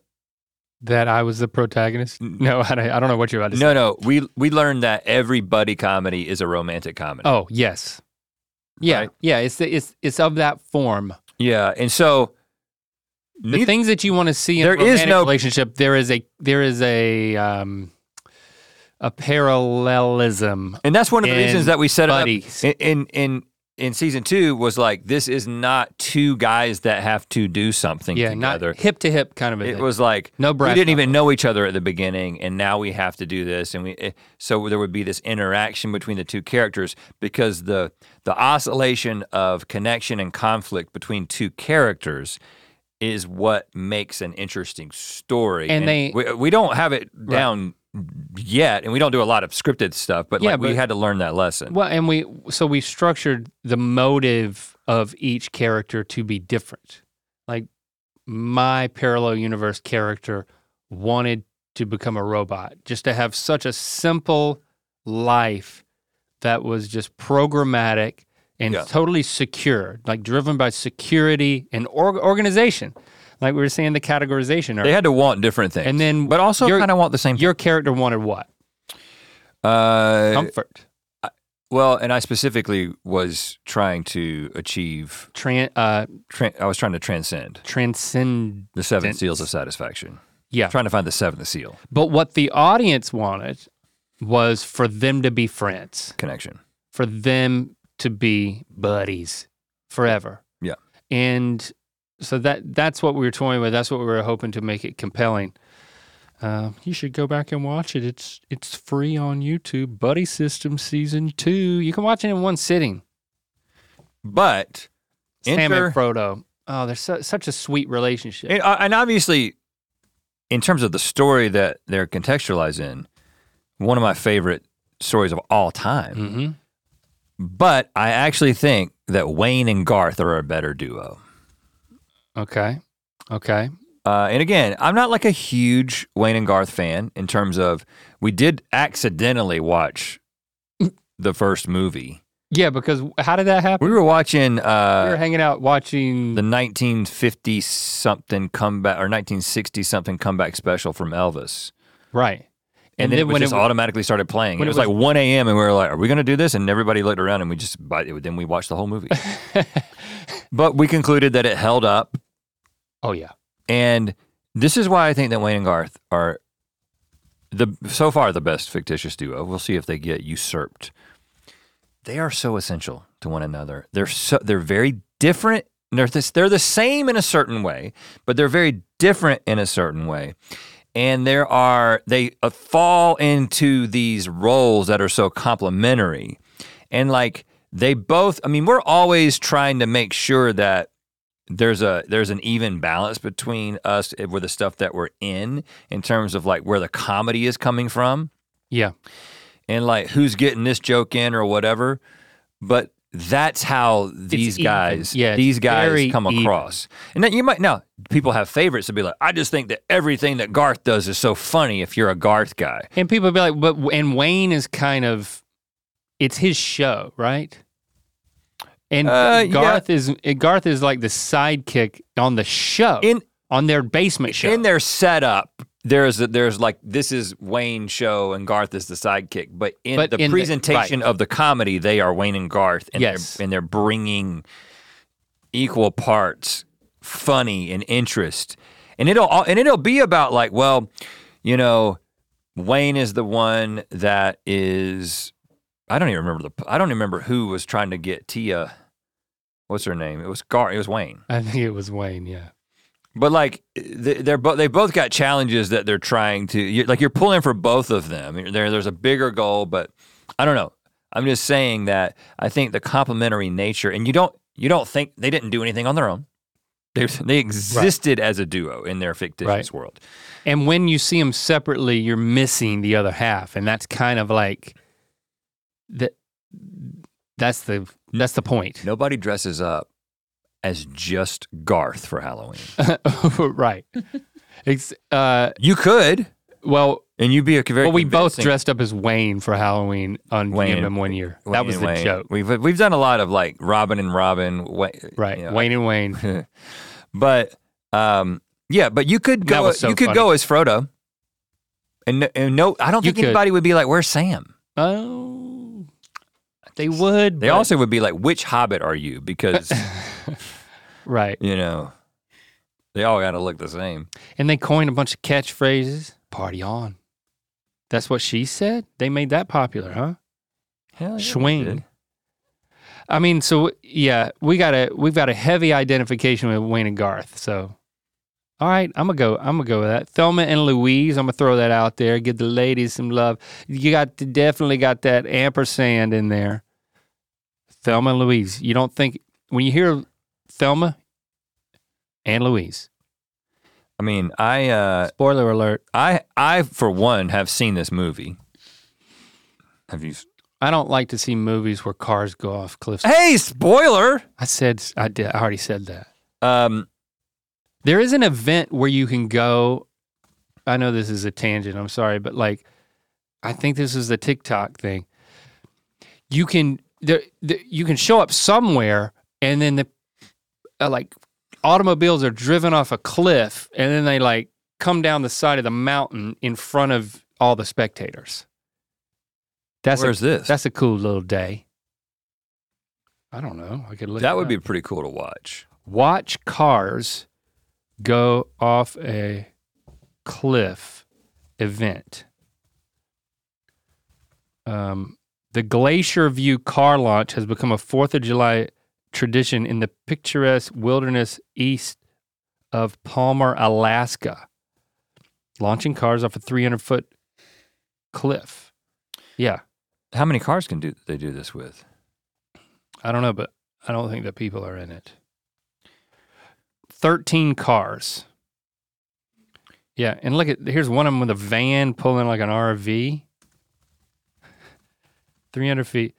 Speaker 4: that I was the protagonist. No, I, don't- I don't know what you're about to say.
Speaker 5: no no we we learned that every buddy comedy is a romantic comedy
Speaker 4: Oh yes. Yeah,
Speaker 5: Right.
Speaker 4: yeah. It's it's it's of that form.
Speaker 5: yeah and so
Speaker 4: The
Speaker 5: neith-
Speaker 4: things that you want to see in
Speaker 5: There
Speaker 4: a
Speaker 5: is
Speaker 4: romantic
Speaker 5: no-
Speaker 4: relationship, there is a there is a um a parallelism.
Speaker 5: and that's one of the reasons
Speaker 4: in
Speaker 5: that we set
Speaker 4: buddies.
Speaker 5: it up in, in in in season two was like this is not two guys that have to do something
Speaker 4: Yeah,
Speaker 5: together
Speaker 4: not hip to hip kind of a
Speaker 5: It
Speaker 4: thing.
Speaker 5: was like
Speaker 4: No
Speaker 5: We
Speaker 4: brass
Speaker 5: didn't even know each other at the beginning, and now we have to do this, and we eh, so there would be this interaction between the two characters because the the oscillation of connection and conflict between two characters is what makes an interesting story.
Speaker 4: And they-
Speaker 5: we, we don't have it down yet, and we don't do a lot of scripted stuff, but
Speaker 4: Yeah,
Speaker 5: like we
Speaker 4: but-
Speaker 5: had to learn that lesson.
Speaker 4: Well, and we so we structured the motive of each character to be different. Like my parallel universe character wanted to become a robot, just to have such a simple life that was just programmatic and
Speaker 5: Yeah.
Speaker 4: totally secure, like driven by security and org- organization. Like we were saying, the categorization.
Speaker 5: They
Speaker 4: Or
Speaker 5: had to want different things,
Speaker 4: And then
Speaker 5: but also
Speaker 4: your-
Speaker 5: kind of want the same.
Speaker 4: your character wanted what?
Speaker 5: thing. Uh,
Speaker 4: Comfort,
Speaker 5: well, and I specifically was trying to achieve.
Speaker 4: tran- uh,
Speaker 5: Tra- I was trying to transcend
Speaker 4: transcend.
Speaker 5: the seven
Speaker 4: Then-
Speaker 5: seals of satisfaction.
Speaker 4: Yeah.
Speaker 5: Trying to find the seventh seal
Speaker 4: But what the audience wanted was for them to be friends,
Speaker 5: connection.
Speaker 4: for them to be buddies forever.
Speaker 5: Yeah.
Speaker 4: And so that that's what we were toying with. That's what we were hoping to make it compelling. Uh, you should go back and watch it. It's it's free on YouTube. Buddy System season two. You can watch it in one sitting.
Speaker 5: But
Speaker 4: Sam
Speaker 5: enter-
Speaker 4: and Frodo. Oh, they're su- such a sweet relationship.
Speaker 5: And, uh, and obviously, in terms of the story that they're contextualized in, one of my favorite stories of all time.
Speaker 4: mm-hmm.
Speaker 5: But I actually think that Wayne and Garth are a better duo.
Speaker 4: Okay. Okay.
Speaker 5: Uh, and again, I'm not like a huge Wayne and Garth fan in terms of we did accidentally watch the first movie.
Speaker 4: Yeah, because how did that happen?
Speaker 5: We were watching
Speaker 4: we were
Speaker 5: uh,
Speaker 4: hanging out watching
Speaker 5: the 1950 something comeback or 1960 something comeback special from Elvis.
Speaker 4: Right.
Speaker 5: And, then, it was
Speaker 4: when
Speaker 5: just
Speaker 4: it,
Speaker 5: automatically started playing.
Speaker 4: when
Speaker 5: it
Speaker 4: it
Speaker 5: was,
Speaker 4: was-
Speaker 5: like 1 a.m. and we were like, are we going to do this? And everybody looked around and we just, but it- then we watched the whole movie. but we concluded that it held up.
Speaker 4: oh yeah,
Speaker 5: And this is why I think that Wayne and Garth are the so far the best fictitious duo. We'll see if they get usurped. They are so essential to one another. They're so they're very different. They're this, they're the same in a certain way, but they're very different in a certain way. And there are they uh, fall into these roles that are so complementary. And like they both, I mean, we're always trying to make sure that there's a there's an even balance between us eh, with the stuff that we're in in terms of like where the comedy is coming from
Speaker 4: yeah.
Speaker 5: and like who's getting this joke in or whatever but that's how these
Speaker 4: even.
Speaker 5: guys
Speaker 4: Yeah, it's
Speaker 5: these guys
Speaker 4: very
Speaker 5: come
Speaker 4: even.
Speaker 5: across and then you might now people have favorites to be like i just think that everything that garth does is so funny if you're a garth guy
Speaker 4: And people be like, but and Wayne is kind of, it's his show, right? And
Speaker 5: Uh, yeah.
Speaker 4: Garth is Garth is like the sidekick on the show
Speaker 5: in
Speaker 4: on their basement show.
Speaker 5: in their setup there's a, there's like this is Wayne show and Garth is the sidekick, but in
Speaker 4: But
Speaker 5: the
Speaker 4: in the-
Speaker 5: presentation of the comedy, they are Wayne and Garth, and
Speaker 4: Yes.
Speaker 5: they're and they're bringing equal parts funny and interest, and it'll all, and it'll be about like well, you know, Wayne is the one that is I don't even remember the I don't even remember who was trying to get Tia, what's her name? It was Garth. It was Wayne.
Speaker 4: I think it was Wayne. Yeah.
Speaker 5: But like th- they're both they both got challenges that they're trying to you're, like you're pulling for both of them. You're- There there's a bigger goal, but I don't know. I'm just saying that I think the complementary nature and you don't you don't think they didn't do anything on their own. They they existed as a duo in their fictitious
Speaker 4: Right.
Speaker 5: world.
Speaker 4: And when you see them separately, you're missing the other half, and that's kind of like that. That's the that's the point,
Speaker 5: Nobody dresses up as just Garth for Halloween.
Speaker 4: right? It's, uh,
Speaker 5: you could
Speaker 4: well,
Speaker 5: and you'd be a very
Speaker 4: well, we both
Speaker 5: convincing-
Speaker 4: dressed up as Wayne for Halloween on
Speaker 5: Wayne.
Speaker 4: GMM one year.
Speaker 5: Wayne
Speaker 4: that was
Speaker 5: and
Speaker 4: the
Speaker 5: Wayne.
Speaker 4: joke,
Speaker 5: We've we've done a lot of like Robin and Robin Wayne,
Speaker 4: right?
Speaker 5: you know,
Speaker 4: Wayne and Wayne.
Speaker 5: But um, yeah, but you could
Speaker 4: That
Speaker 5: go.
Speaker 4: was so
Speaker 5: you could go as Frodo, and no, and no I don't
Speaker 4: You
Speaker 5: think
Speaker 4: could.
Speaker 5: anybody would be like, "Where's Sam?"
Speaker 4: Oh, they would.
Speaker 5: They
Speaker 4: but-
Speaker 5: also would be like, "Which Hobbit are you?" Because
Speaker 4: right,
Speaker 5: you know, they all got to look the same.
Speaker 4: and they coined a bunch of catchphrases. Party on. That's what she said. They made that popular, huh?
Speaker 5: Hell Oh, yeah, they
Speaker 4: Swing.
Speaker 5: did.
Speaker 4: I mean, so yeah, we got a we've got a heavy identification with Wayne and Garth. So, all right, I'm gonna go. I'm gonna go with that. Thelma and Louise. I'm gonna throw that out there. Give the ladies some love. You got to, definitely got that ampersand in there. Thelma and Louise. You don't think when you hear Thelma and Louise.
Speaker 5: I mean, I uh,
Speaker 4: Spoiler alert.
Speaker 5: I I for one have seen this movie. Have you? s-
Speaker 4: I don't like to see movies where cars go off cliffs.
Speaker 5: Hey, spoiler.
Speaker 4: I said I did. I already said that.
Speaker 5: Um,
Speaker 4: There is an event where you can go. I know this is a tangent. I'm sorry, but like, I think this is the TikTok thing. You can there, there, you can show up somewhere and then the uh, like automobiles are driven off a cliff and then they like come down the side of the mountain in front of all the spectators. That's a,
Speaker 5: Where's this?
Speaker 4: that's a cool little day. I don't know. I could look.
Speaker 5: that
Speaker 4: it
Speaker 5: would
Speaker 4: up.
Speaker 5: be pretty cool to watch.
Speaker 4: watch cars go off a cliff event. Um, the Glacier View car launch has become a Fourth of July tradition in the picturesque wilderness east of Palmer, Alaska. Launching cars off a 300 foot cliff. Yeah,
Speaker 5: How many cars can do they do this with?
Speaker 4: I don't know, but I don't think the people are in it. 13 cars. Yeah, and look at here's one of them with a van pulling like an RV. 300 feet.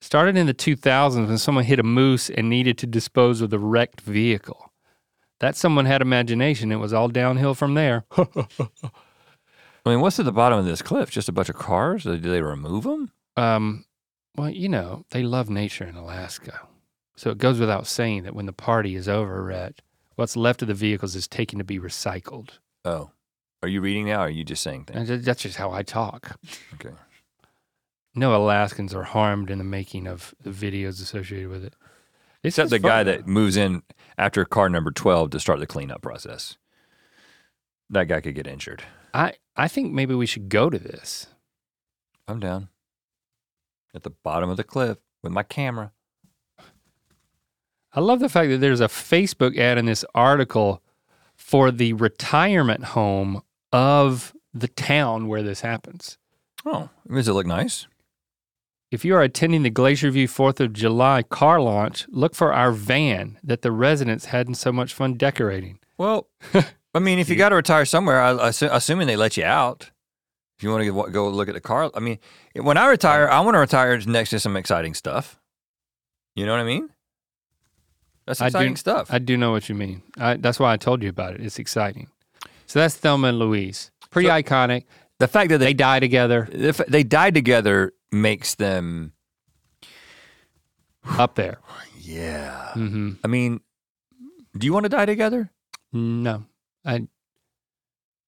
Speaker 4: Started in the 2000s when someone hit a moose and needed to dispose of the wrecked vehicle. That someone had imagination. It was all downhill from there.
Speaker 5: I mean, what's at the bottom of this cliff? Just a bunch of cars? Do they remove them?
Speaker 4: Um, well, you know, they love nature in Alaska. So it goes without saying that when the party is over at what's left of the vehicles is taken to be recycled.
Speaker 5: Oh, are you reading now? or Are you just saying things?
Speaker 4: And tha- that's just how I talk.
Speaker 5: Okay.
Speaker 4: No Alaskans are harmed in the making of the videos associated with it. It's
Speaker 5: Except
Speaker 4: just
Speaker 5: the guy
Speaker 4: fun,
Speaker 5: that
Speaker 4: though.
Speaker 5: moves in after car number 12 to start the cleanup process. That guy could get injured.
Speaker 4: I I think maybe we should go to this.
Speaker 5: I'm down at the bottom of the cliff with my camera.
Speaker 4: I love the fact that there's a Facebook ad in this article for the retirement home of the town where this happens.
Speaker 5: Oh, does it look nice?
Speaker 4: If you are attending the Glacier View 4th of July car launch, look for our van that the residents hadn't so much fun decorating.
Speaker 5: Well, I mean, if you got to retire somewhere, I, I assu- assuming they let you out. If you want to go look at the car, I mean, when I retire, I want to retire next to some exciting stuff. You know what I mean? That's
Speaker 4: I do-
Speaker 5: exciting stuff.
Speaker 4: I do know what you mean. I, that's why I told you about it. It's exciting. So that's Thelma and Louise. Pretty
Speaker 5: So-
Speaker 4: iconic.
Speaker 5: the fact that
Speaker 4: They die together
Speaker 5: if they died together makes them
Speaker 4: up there.
Speaker 5: yeah
Speaker 4: hmm
Speaker 5: i mean do you want to die together
Speaker 4: No, I.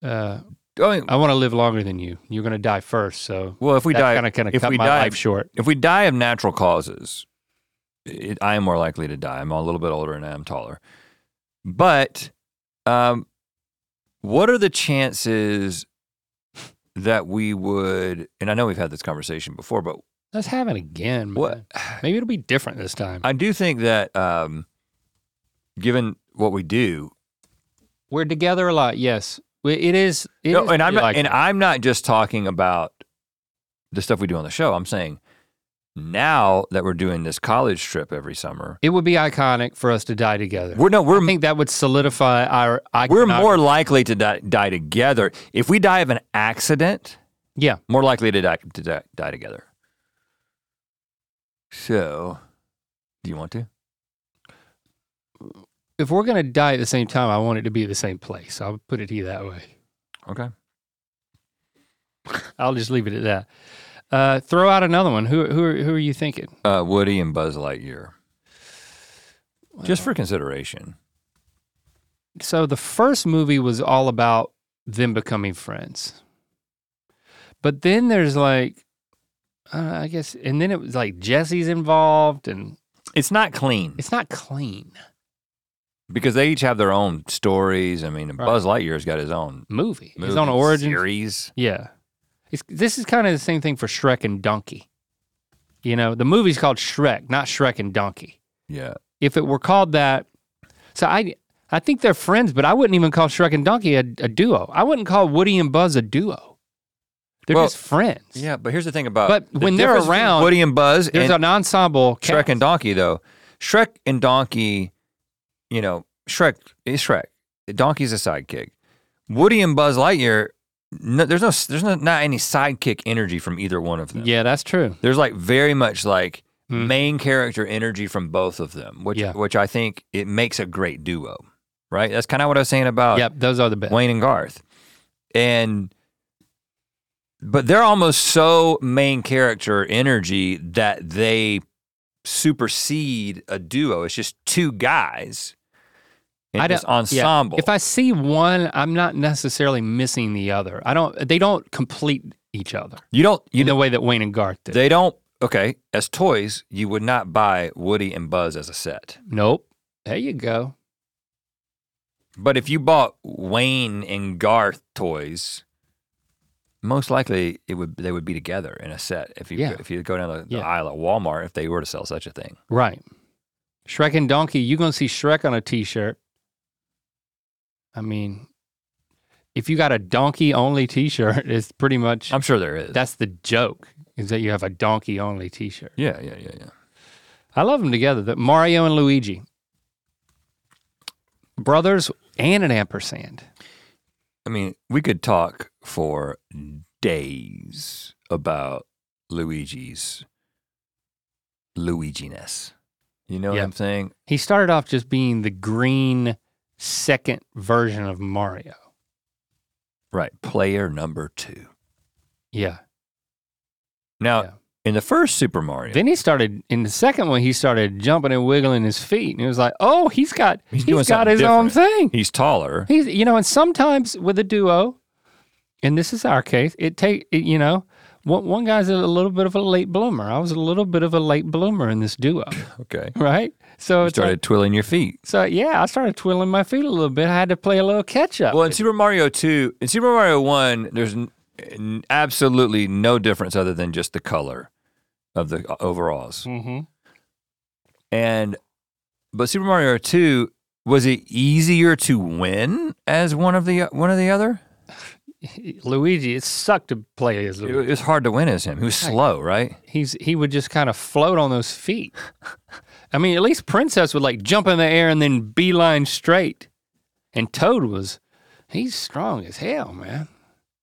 Speaker 4: Uh,
Speaker 5: oh, I mean,
Speaker 4: I want to live longer than you. You're going to die first, so
Speaker 5: well if we
Speaker 4: that
Speaker 5: die
Speaker 4: kind of kind of
Speaker 5: if
Speaker 4: cut
Speaker 5: we
Speaker 4: my
Speaker 5: die-
Speaker 4: life short.
Speaker 5: if we die of natural causes it, i am more likely to die i'm a little bit older and i'm taller but um, what are the chances that we would and i know we've had this conversation before but
Speaker 4: Let's have it again. Man.
Speaker 5: what
Speaker 4: Maybe it'll be different this time.
Speaker 5: i do think that um, given what we do
Speaker 4: We're together a lot. Yes, We- it is. it
Speaker 5: No,
Speaker 4: is
Speaker 5: and I'm
Speaker 4: pretty
Speaker 5: not, and
Speaker 4: likely.
Speaker 5: I'm not just talking about the stuff we do on the show. I'm saying now that we're doing this college trip every summer,
Speaker 4: It would be iconic for us to die together.
Speaker 5: we're no,
Speaker 4: I
Speaker 5: we're
Speaker 4: think that would solidify our.
Speaker 5: we're
Speaker 4: icono-
Speaker 5: more likely to die, die together. If we die of an accident,
Speaker 4: Yeah.
Speaker 5: more likely to die to die, die together. So, do you want to?
Speaker 4: If we're gonna die at the same time, I want it to be the same place. I'll put it to you that way.
Speaker 5: Okay.
Speaker 4: I'll just leave it at that. Uh, throw out another one. Who who are, who are you thinking?
Speaker 5: Uh, Woody and Buzz Lightyear, just for consideration.
Speaker 4: So the first movie was all about them becoming friends, but then there's like, uh, I guess, and then it was like Jesse's involved, and
Speaker 5: It's not clean
Speaker 4: it's not clean
Speaker 5: because they each have their own stories. I mean, Buzz Lightyear's got his own
Speaker 4: movie.
Speaker 5: movie
Speaker 4: It's on origin.
Speaker 5: series.
Speaker 4: Yeah, it's, this is kind of the same thing for Shrek and Donkey. You know, the movie's called Shrek, not Shrek and Donkey.
Speaker 5: Yeah.
Speaker 4: if it were called that. So I I think they're friends, but I wouldn't even call Shrek and Donkey a, a duo. I wouldn't call Woody and Buzz a duo. They're
Speaker 5: Well,
Speaker 4: just friends.
Speaker 5: Yeah, but here's the thing about
Speaker 4: But
Speaker 5: the
Speaker 4: when they're
Speaker 5: difference between
Speaker 4: around,
Speaker 5: Woody and Buzz
Speaker 4: There's
Speaker 5: and
Speaker 4: an ensemble
Speaker 5: Shrek
Speaker 4: cast.
Speaker 5: and Donkey though. Shrek and Donkey, you know, Shrek is Shrek. Donkey's a sidekick. Woody and Buzz Lightyear, no, there's no there's no, not any sidekick energy from either one of them.
Speaker 4: Yeah, that's true.
Speaker 5: There's like very much like
Speaker 4: Mm.
Speaker 5: main character energy from both of them, which
Speaker 4: Yeah.
Speaker 5: which I think it makes a great duo. Right? That's kind of what I was saying about
Speaker 4: yep, those are the best.
Speaker 5: Uh, Wayne and Garth. And but they're almost so main character energy that they supersede a duo. It's just two guys in
Speaker 4: I
Speaker 5: this
Speaker 4: don't- yeah.
Speaker 5: ensemble.
Speaker 4: If I see one, I'm not necessarily missing the other. I don't. They don't complete each other
Speaker 5: you don't, you
Speaker 4: in the
Speaker 5: know,
Speaker 4: way that Wayne and Garth did.
Speaker 5: they don't. Okay, as toys, you would not buy Woody and Buzz as a set.
Speaker 4: nope. There you go.
Speaker 5: But if you bought Wayne and Garth toys, most likely it would they would be together in a set. If you
Speaker 4: Yeah.
Speaker 5: if you go down the, the
Speaker 4: Yeah.
Speaker 5: aisle at Walmart, if they were to sell such a thing,
Speaker 4: Right. Shrek and Donkey. You're gonna see Shrek on a T-shirt. I mean, if you got a donkey only T-shirt, it's pretty much
Speaker 5: I'm sure there is.
Speaker 4: that's the joke. Is that you have a donkey only T-shirt?
Speaker 5: yeah, yeah, yeah, yeah.
Speaker 4: I love them together. That Mario and Luigi, brothers, and an ampersand.
Speaker 5: I mean, we could talk for days about Luigi's Luigi-ness. You know
Speaker 4: Yeah.
Speaker 5: what I'm saying?
Speaker 4: He started off just being the green second version of Mario.
Speaker 5: Right. Player number two.
Speaker 4: Yeah.
Speaker 5: Now,
Speaker 4: Yeah.
Speaker 5: in the first Super Mario,
Speaker 4: Then he started in the second one. He started jumping and wiggling his feet, and it was like, oh, he's got
Speaker 5: He's doing
Speaker 4: he's got
Speaker 5: something
Speaker 4: his own thing.
Speaker 5: he's taller.
Speaker 4: He's you know, and sometimes with a duo, and this is our case, it take it, you know. One, one guy's a little bit of a late bloomer. I was a little bit of a late bloomer in this duo,
Speaker 5: Okay.
Speaker 4: right? So
Speaker 5: You
Speaker 4: it's like-
Speaker 5: started twiddling your feet.
Speaker 4: So yeah, I started twiddling my feet a little bit. I had to play a little catch up.
Speaker 5: Well, in Super Mario 2, in Super Mario 1, there's n- n- absolutely no difference other than just the color of the uh, overalls.
Speaker 4: mm-hmm.
Speaker 5: And but Super Mario 2 was it easier to win as one of the one or the other?
Speaker 4: Luigi, it sucked to play as
Speaker 5: It,
Speaker 4: Luigi.
Speaker 5: it was hard to win as him. He was slow, right?
Speaker 4: He's he would just kind of float on those feet. I mean, at least Princess would like jump in the air and then beeline straight. And Toad was, he's strong as hell, man.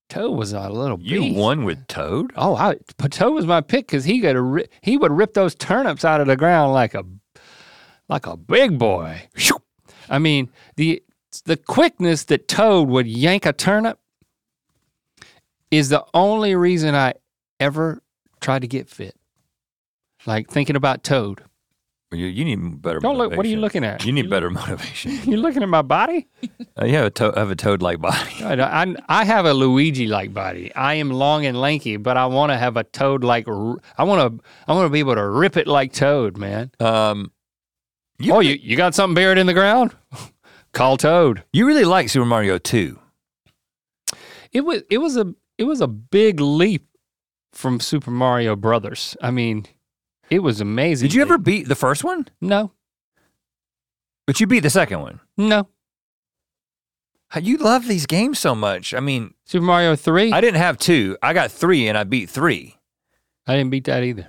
Speaker 4: Toad was a little
Speaker 5: You
Speaker 4: beast.
Speaker 5: won with Toad?
Speaker 4: Oh, I, but Toad was my pick because he got a ri- he would rip those turnips out of the ground like a like a big boy. Shoo! I mean the the quickness that Toad would yank a turnip is the only reason I ever tried to get fit. Like thinking about Toad.
Speaker 5: You, you need better
Speaker 4: Don't
Speaker 5: motivation.
Speaker 4: look. What are you looking at?
Speaker 5: You need better motivation.
Speaker 4: You looking at my body?
Speaker 5: Uh, you have a, to- have a toad-like body.
Speaker 4: I, don't- I, I have a Luigi like body. I am long and lanky, but I want to have a Toad like. I want to. I want to be able to rip it like Toad, man.
Speaker 5: Um, you,
Speaker 4: oh,
Speaker 5: really,
Speaker 4: you, you got something buried in the ground? Call Toad.
Speaker 5: you really like Super Mario 2.
Speaker 4: It was it was a it was a big leap from Super Mario Brothers. I mean, it was amazing.
Speaker 5: Did you ever beat the first one?
Speaker 4: No,
Speaker 5: But you beat the second one.
Speaker 4: no.
Speaker 5: How- You love these games so much. I mean,
Speaker 4: Super Mario Three.
Speaker 5: I
Speaker 4: I,
Speaker 5: didn't have two. I got three, and I beat three.
Speaker 4: didn't beat that either,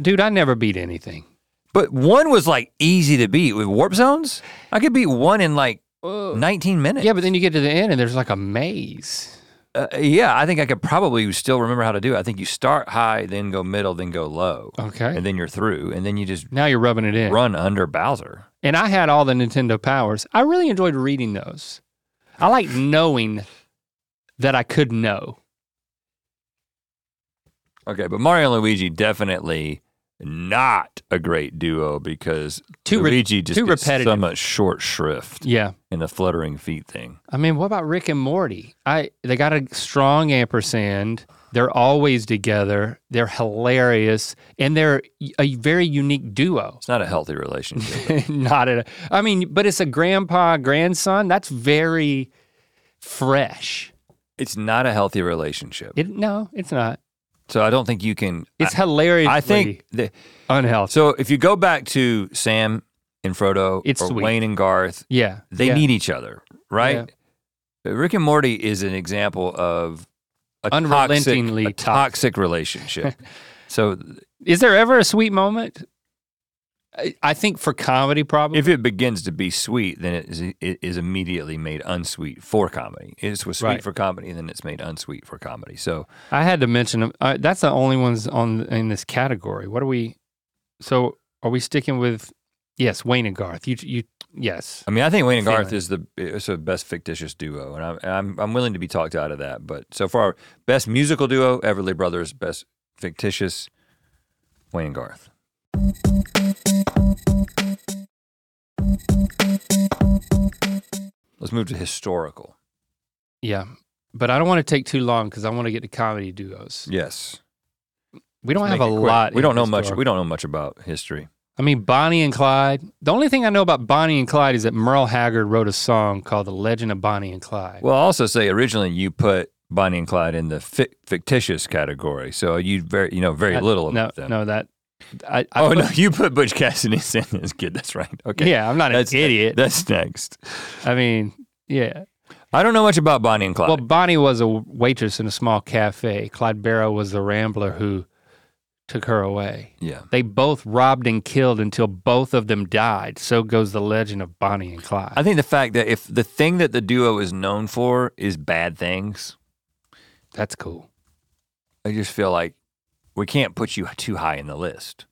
Speaker 4: dude. I never beat anything.
Speaker 5: But one was like easy to beat with warp zones. I could beat one in like 19 minutes.
Speaker 4: Uh, Yeah, but then you get to the end and there's like a maze.
Speaker 5: uh, yeah, I think I could probably still remember how to do it. I think you start high, then go middle, then go low,
Speaker 4: Okay.
Speaker 5: and then you're through, and then you just
Speaker 4: now you're rubbing it in.
Speaker 5: run under Bowser.
Speaker 4: And I had all the Nintendo powers. I really enjoyed reading those. I like knowing that I could know.
Speaker 5: Okay, but Mario and Luigi definitely not a great duo because
Speaker 4: Too re-
Speaker 5: Luigi just
Speaker 4: too
Speaker 5: gets so
Speaker 4: repetitive.
Speaker 5: much short shrift
Speaker 4: Yeah.
Speaker 5: in the fluttering feet thing.
Speaker 4: I mean, what about Rick and Morty? I they got a strong ampersand. They're always together. They're hilarious, and they're a very unique duo.
Speaker 5: It's not a healthy relationship.
Speaker 4: Not at. a- I mean, but it's a grandpa grandson. That's very fresh.
Speaker 5: it's not a healthy relationship.
Speaker 4: It no, it's not.
Speaker 5: So I don't think you can.
Speaker 4: It's
Speaker 5: I,
Speaker 4: hilarious.
Speaker 5: I think that,
Speaker 4: unhealthy.
Speaker 5: so. If you go back to Sam and Frodo
Speaker 4: It's
Speaker 5: or
Speaker 4: sweet.
Speaker 5: Wayne and Garth,
Speaker 4: Yeah,
Speaker 5: they
Speaker 4: yeah.
Speaker 5: need each other, right? Rick and Morty is an example of a toxic,
Speaker 4: Unrelentingly
Speaker 5: a toxic relationship. so
Speaker 4: Is there ever a sweet moment? I, I think for comedy, probably.
Speaker 5: if it begins to be sweet, then it is, it is immediately made unsweet for comedy. It was sweet
Speaker 4: Right.
Speaker 5: for comedy, and then it's made unsweet for comedy. So
Speaker 4: I had to mention them. Uh, that's the only ones on in this category. What are we? So are we sticking with? Yes, Wayne and Garth. You you yes.
Speaker 5: I mean, I think Wayne and Garth
Speaker 4: Feeling.
Speaker 5: is the is the best fictitious duo, and I'm, and I'm I'm willing to be talked out of that. But so far, best musical duo, Everly Brothers. Best fictitious, Wayne and Garth. Let's move to historical.
Speaker 4: Yeah. But I don't want to take too long because I want to get to comedy duos.
Speaker 5: Yes.
Speaker 4: We don't
Speaker 5: Let's
Speaker 4: have a
Speaker 5: make it quick.
Speaker 4: lot.
Speaker 5: We
Speaker 4: in
Speaker 5: don't know
Speaker 4: this
Speaker 5: much.
Speaker 4: door.
Speaker 5: We don't know much about history.
Speaker 4: I mean, Bonnie and Clyde. The only thing I know about Bonnie and Clyde is that Merle Haggard wrote a song called "The Legend of Bonnie and Clyde."
Speaker 5: Well, I'll also say originally you put Bonnie and Clyde in the fi- fictitious category, so you very you know very
Speaker 4: I-
Speaker 5: little
Speaker 4: Uh, no,
Speaker 5: about them.
Speaker 4: no, that. I, I
Speaker 5: Oh
Speaker 4: put-
Speaker 5: no, you put Butch Cassidy and Sandman as kid. That's right. Okay.
Speaker 4: Yeah, I'm not an
Speaker 5: That's-
Speaker 4: idiot.
Speaker 5: That's next.
Speaker 4: I mean, yeah.
Speaker 5: I don't know much about Bonnie and Clyde.
Speaker 4: Well, Bonnie was a waitress in a small cafe. Clyde Barrow was the rambler who took her away.
Speaker 5: yeah.
Speaker 4: They both robbed and killed until both of them died. So goes the legend of Bonnie and Clyde.
Speaker 5: I think the fact that if the thing that the duo is known for is bad things,
Speaker 4: That's cool.
Speaker 5: I just feel like we can't put you too high in the list.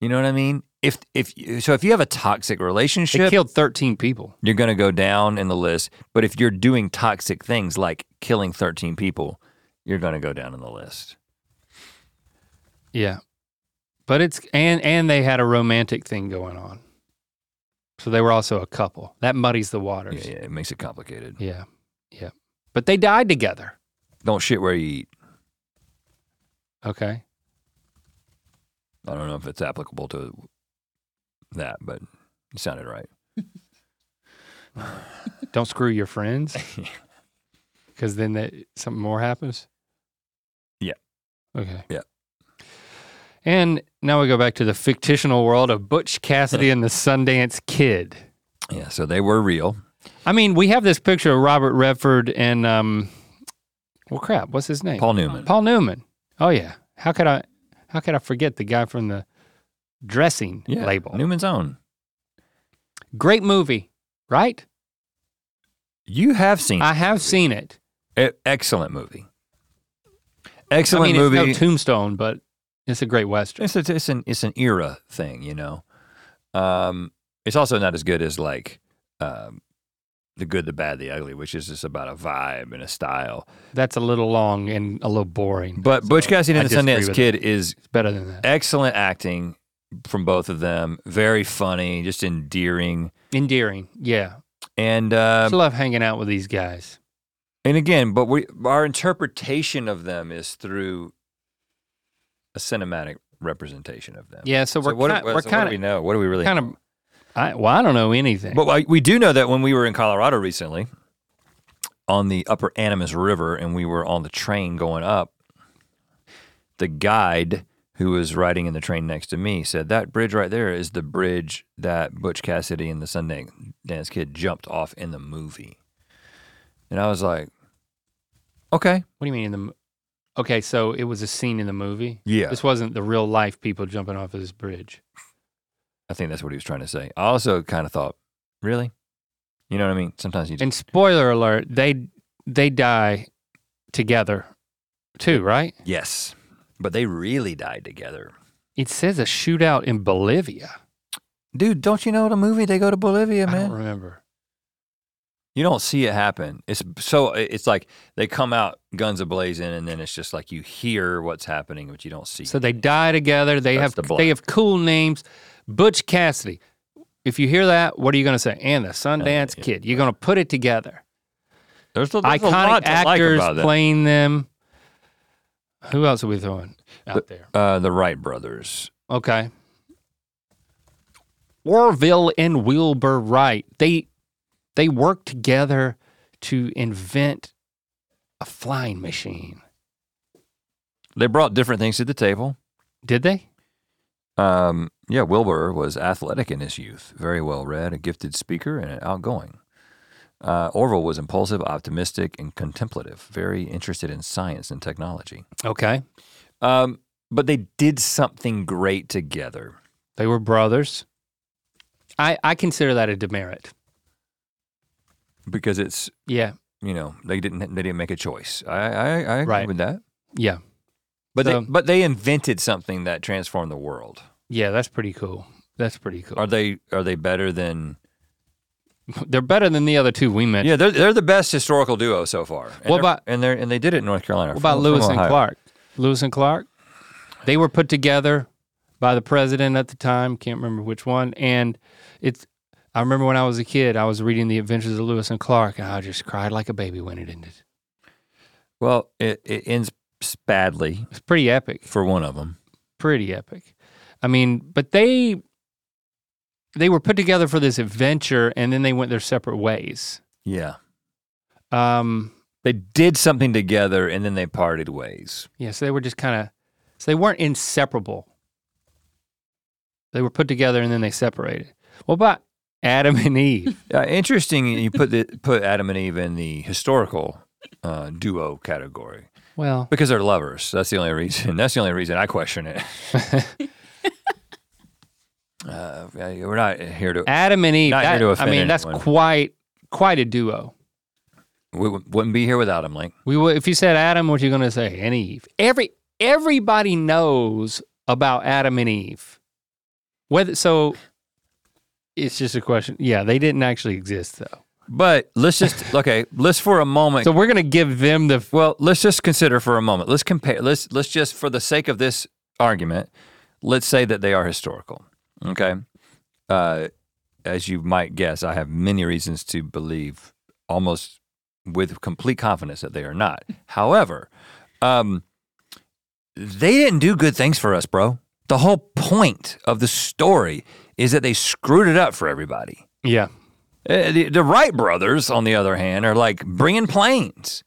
Speaker 5: You know what I mean? If if so, if you have a toxic
Speaker 4: They
Speaker 5: relationship,
Speaker 4: killed 13 people.
Speaker 5: you're going to go down in the list. But if you're doing toxic things like killing 13 people, you're going to go down in the list.
Speaker 4: Yeah. But it's and and they had a romantic thing going on. So they were also a couple. That muddies the
Speaker 5: Yeah,
Speaker 4: waters.
Speaker 5: yeah, it makes it complicated.
Speaker 4: yeah. yeah. But they died together.
Speaker 5: Don't shit where you eat.
Speaker 4: Okay.
Speaker 5: I don't know if it's applicable to that, but it sounded right.
Speaker 4: Don't screw your friends. Cuz then that something more happens.
Speaker 5: Yeah.
Speaker 4: Okay.
Speaker 5: Yeah.
Speaker 4: And now we go back to the fictional world of Butch Cassidy and the Sundance Kid. Oh.
Speaker 5: Yeah, so they were real.
Speaker 4: I mean, we have this picture of Robert Redford and um well crap, what's his name?
Speaker 5: Paul Newman.
Speaker 4: Paul Newman. Oh yeah. How could I how could I forget the guy from the dressing
Speaker 5: yeah,
Speaker 4: label?
Speaker 5: Newman's own.
Speaker 4: Great movie, right?
Speaker 5: You have seen
Speaker 4: I have seen it.
Speaker 5: E- excellent movie.
Speaker 4: I
Speaker 5: Excellent
Speaker 4: mean
Speaker 5: movie.
Speaker 4: it's no tombstone, but it's a great western.
Speaker 5: it's, a- it's an it's an era thing, you know. Um, it's also not as good as like um, the good, the bad, the ugly, which is just about a vibe and a style.
Speaker 4: That's a little long and a little boring.
Speaker 5: But Butch Cassidy and the
Speaker 4: I disagree
Speaker 5: Sundance
Speaker 4: with
Speaker 5: Kid is
Speaker 4: it's better than that.
Speaker 5: excellent acting from both of them. Very funny, just endearing,
Speaker 4: Endearing. Yeah.
Speaker 5: and
Speaker 4: I
Speaker 5: um,
Speaker 4: just love hanging out with these guys.
Speaker 5: And again, but we our interpretation of them is through a cinematic representation of them.
Speaker 4: Yeah, so we're
Speaker 5: so what,
Speaker 4: kind,
Speaker 5: do-
Speaker 4: we're
Speaker 5: so what
Speaker 4: kind
Speaker 5: do we
Speaker 4: of
Speaker 5: know? What do we really
Speaker 4: kind of I well, I don't know anything.
Speaker 5: But I- we do know that when we were in Colorado recently on the upper Animas River and we were on the train going up, the guide who was riding in the train next to me said, That bridge right there is the bridge that Butch Cassidy and the Sundance Kid jumped off in the movie. And I was like, Okay.
Speaker 4: What do you mean in the? mo- Okay, so it was a scene in the movie.
Speaker 5: Yeah.
Speaker 4: This wasn't the real life people jumping off of this bridge.
Speaker 5: I think that's what he was trying to say. I also kind of thought, Really? You know what I mean? Sometimes you just,
Speaker 4: And spoiler alert, they they die together, too, right?
Speaker 5: Yes. But they really died together.
Speaker 4: It says a shootout in Bolivia.
Speaker 5: Dude, don't you know the movie? They go to Bolivia,
Speaker 4: I
Speaker 5: man.
Speaker 4: don't remember.
Speaker 5: you don't see it happen. It's so it's like they come out guns ablazing, and then it's just like you hear what's happening, but you don't see.
Speaker 4: So
Speaker 5: it.
Speaker 4: they die together. They
Speaker 5: That's the
Speaker 4: have
Speaker 5: blood.
Speaker 4: they have cool names. Butch Cassidy. If you hear that, what are you going to say? And the Sundance
Speaker 5: yeah,
Speaker 4: Kid. You're going to put it together.
Speaker 5: there's, a- there's a
Speaker 4: Iconic
Speaker 5: lot to like
Speaker 4: actors
Speaker 5: about that.
Speaker 4: playing them. Who else are we throwing out there?
Speaker 5: Uh, the Wright brothers.
Speaker 4: Okay. Orville and Wilbur Wright. They they worked together to invent a flying machine.
Speaker 5: They brought different things to the table.
Speaker 4: Did they?
Speaker 5: Um, yeah, Wilbur was athletic in his youth, very well read, a gifted speaker, and outgoing. Uh, Orville was impulsive, optimistic, and contemplative, very interested in science and technology.
Speaker 4: Okay.
Speaker 5: Um, but they did something great together.
Speaker 4: They were brothers. I I consider that a demerit.
Speaker 5: because it's
Speaker 4: Yeah.
Speaker 5: you know they didn't they didn't make a choice. I I, I agree
Speaker 4: Right.
Speaker 5: with that.
Speaker 4: Yeah.
Speaker 5: But
Speaker 4: So-
Speaker 5: they, but they invented something that transformed the world.
Speaker 4: Yeah, that's pretty cool. That's pretty cool.
Speaker 5: Are they are they better than?
Speaker 4: They're better than the other two we mentioned.
Speaker 5: Yeah, they're they're the best historical duo so far. And
Speaker 4: What
Speaker 5: they're-
Speaker 4: about-
Speaker 5: and they and they did it in North Carolina.
Speaker 4: What about Lewis and Clark? Lewis and Clark? They were put together. by the president at the time. Can't remember which one. And it's. I remember when I was a kid, I was reading The Adventures of Lewis and Clark, and I just cried like a baby when it ended.
Speaker 5: Well, it, it ends badly
Speaker 4: It's pretty epic.
Speaker 5: for one of them.
Speaker 4: pretty epic. I mean, but they they were put together for this adventure, and then they went their separate ways.
Speaker 5: Yeah.
Speaker 4: Um,
Speaker 5: They did something together and then they parted ways.
Speaker 4: yeah, so they were just kind of so they weren't inseparable. They were put together and then they separated. What about Adam and Eve?
Speaker 5: Uh, interesting. You put the, put Adam and Eve in the historical uh, duo category
Speaker 4: well,
Speaker 5: because they're lovers. That's the only reason. That's the only reason I question it. uh, we're not here to.
Speaker 4: Adam and Eve.
Speaker 5: Not here
Speaker 4: that-
Speaker 5: to
Speaker 4: I
Speaker 5: offend
Speaker 4: mean, that's
Speaker 5: anyone.
Speaker 4: quite quite a duo.
Speaker 5: We wou- wouldn't be here without him, Link.
Speaker 4: We would, if you said Adam, what you going to say? And Eve. Every everybody knows about Adam and Eve. Whether so, it's just a question. Yeah, they didn't actually exist though.
Speaker 5: But let's just okay. Let's for a moment.
Speaker 4: So we're going to give them the.
Speaker 5: well, let's just consider for a moment. Let's compare. Let's let's just for the sake of this argument, let's say that they are historical. Okay. Uh, as you might guess, I have many reasons to believe, almost with complete confidence, that they are not. However, um, they didn't do good things for us, bro. The whole point of the story is that they screwed it up for everybody.
Speaker 4: Yeah,
Speaker 5: Uh, The, the Wright brothers, on the other hand, are like bringing planes.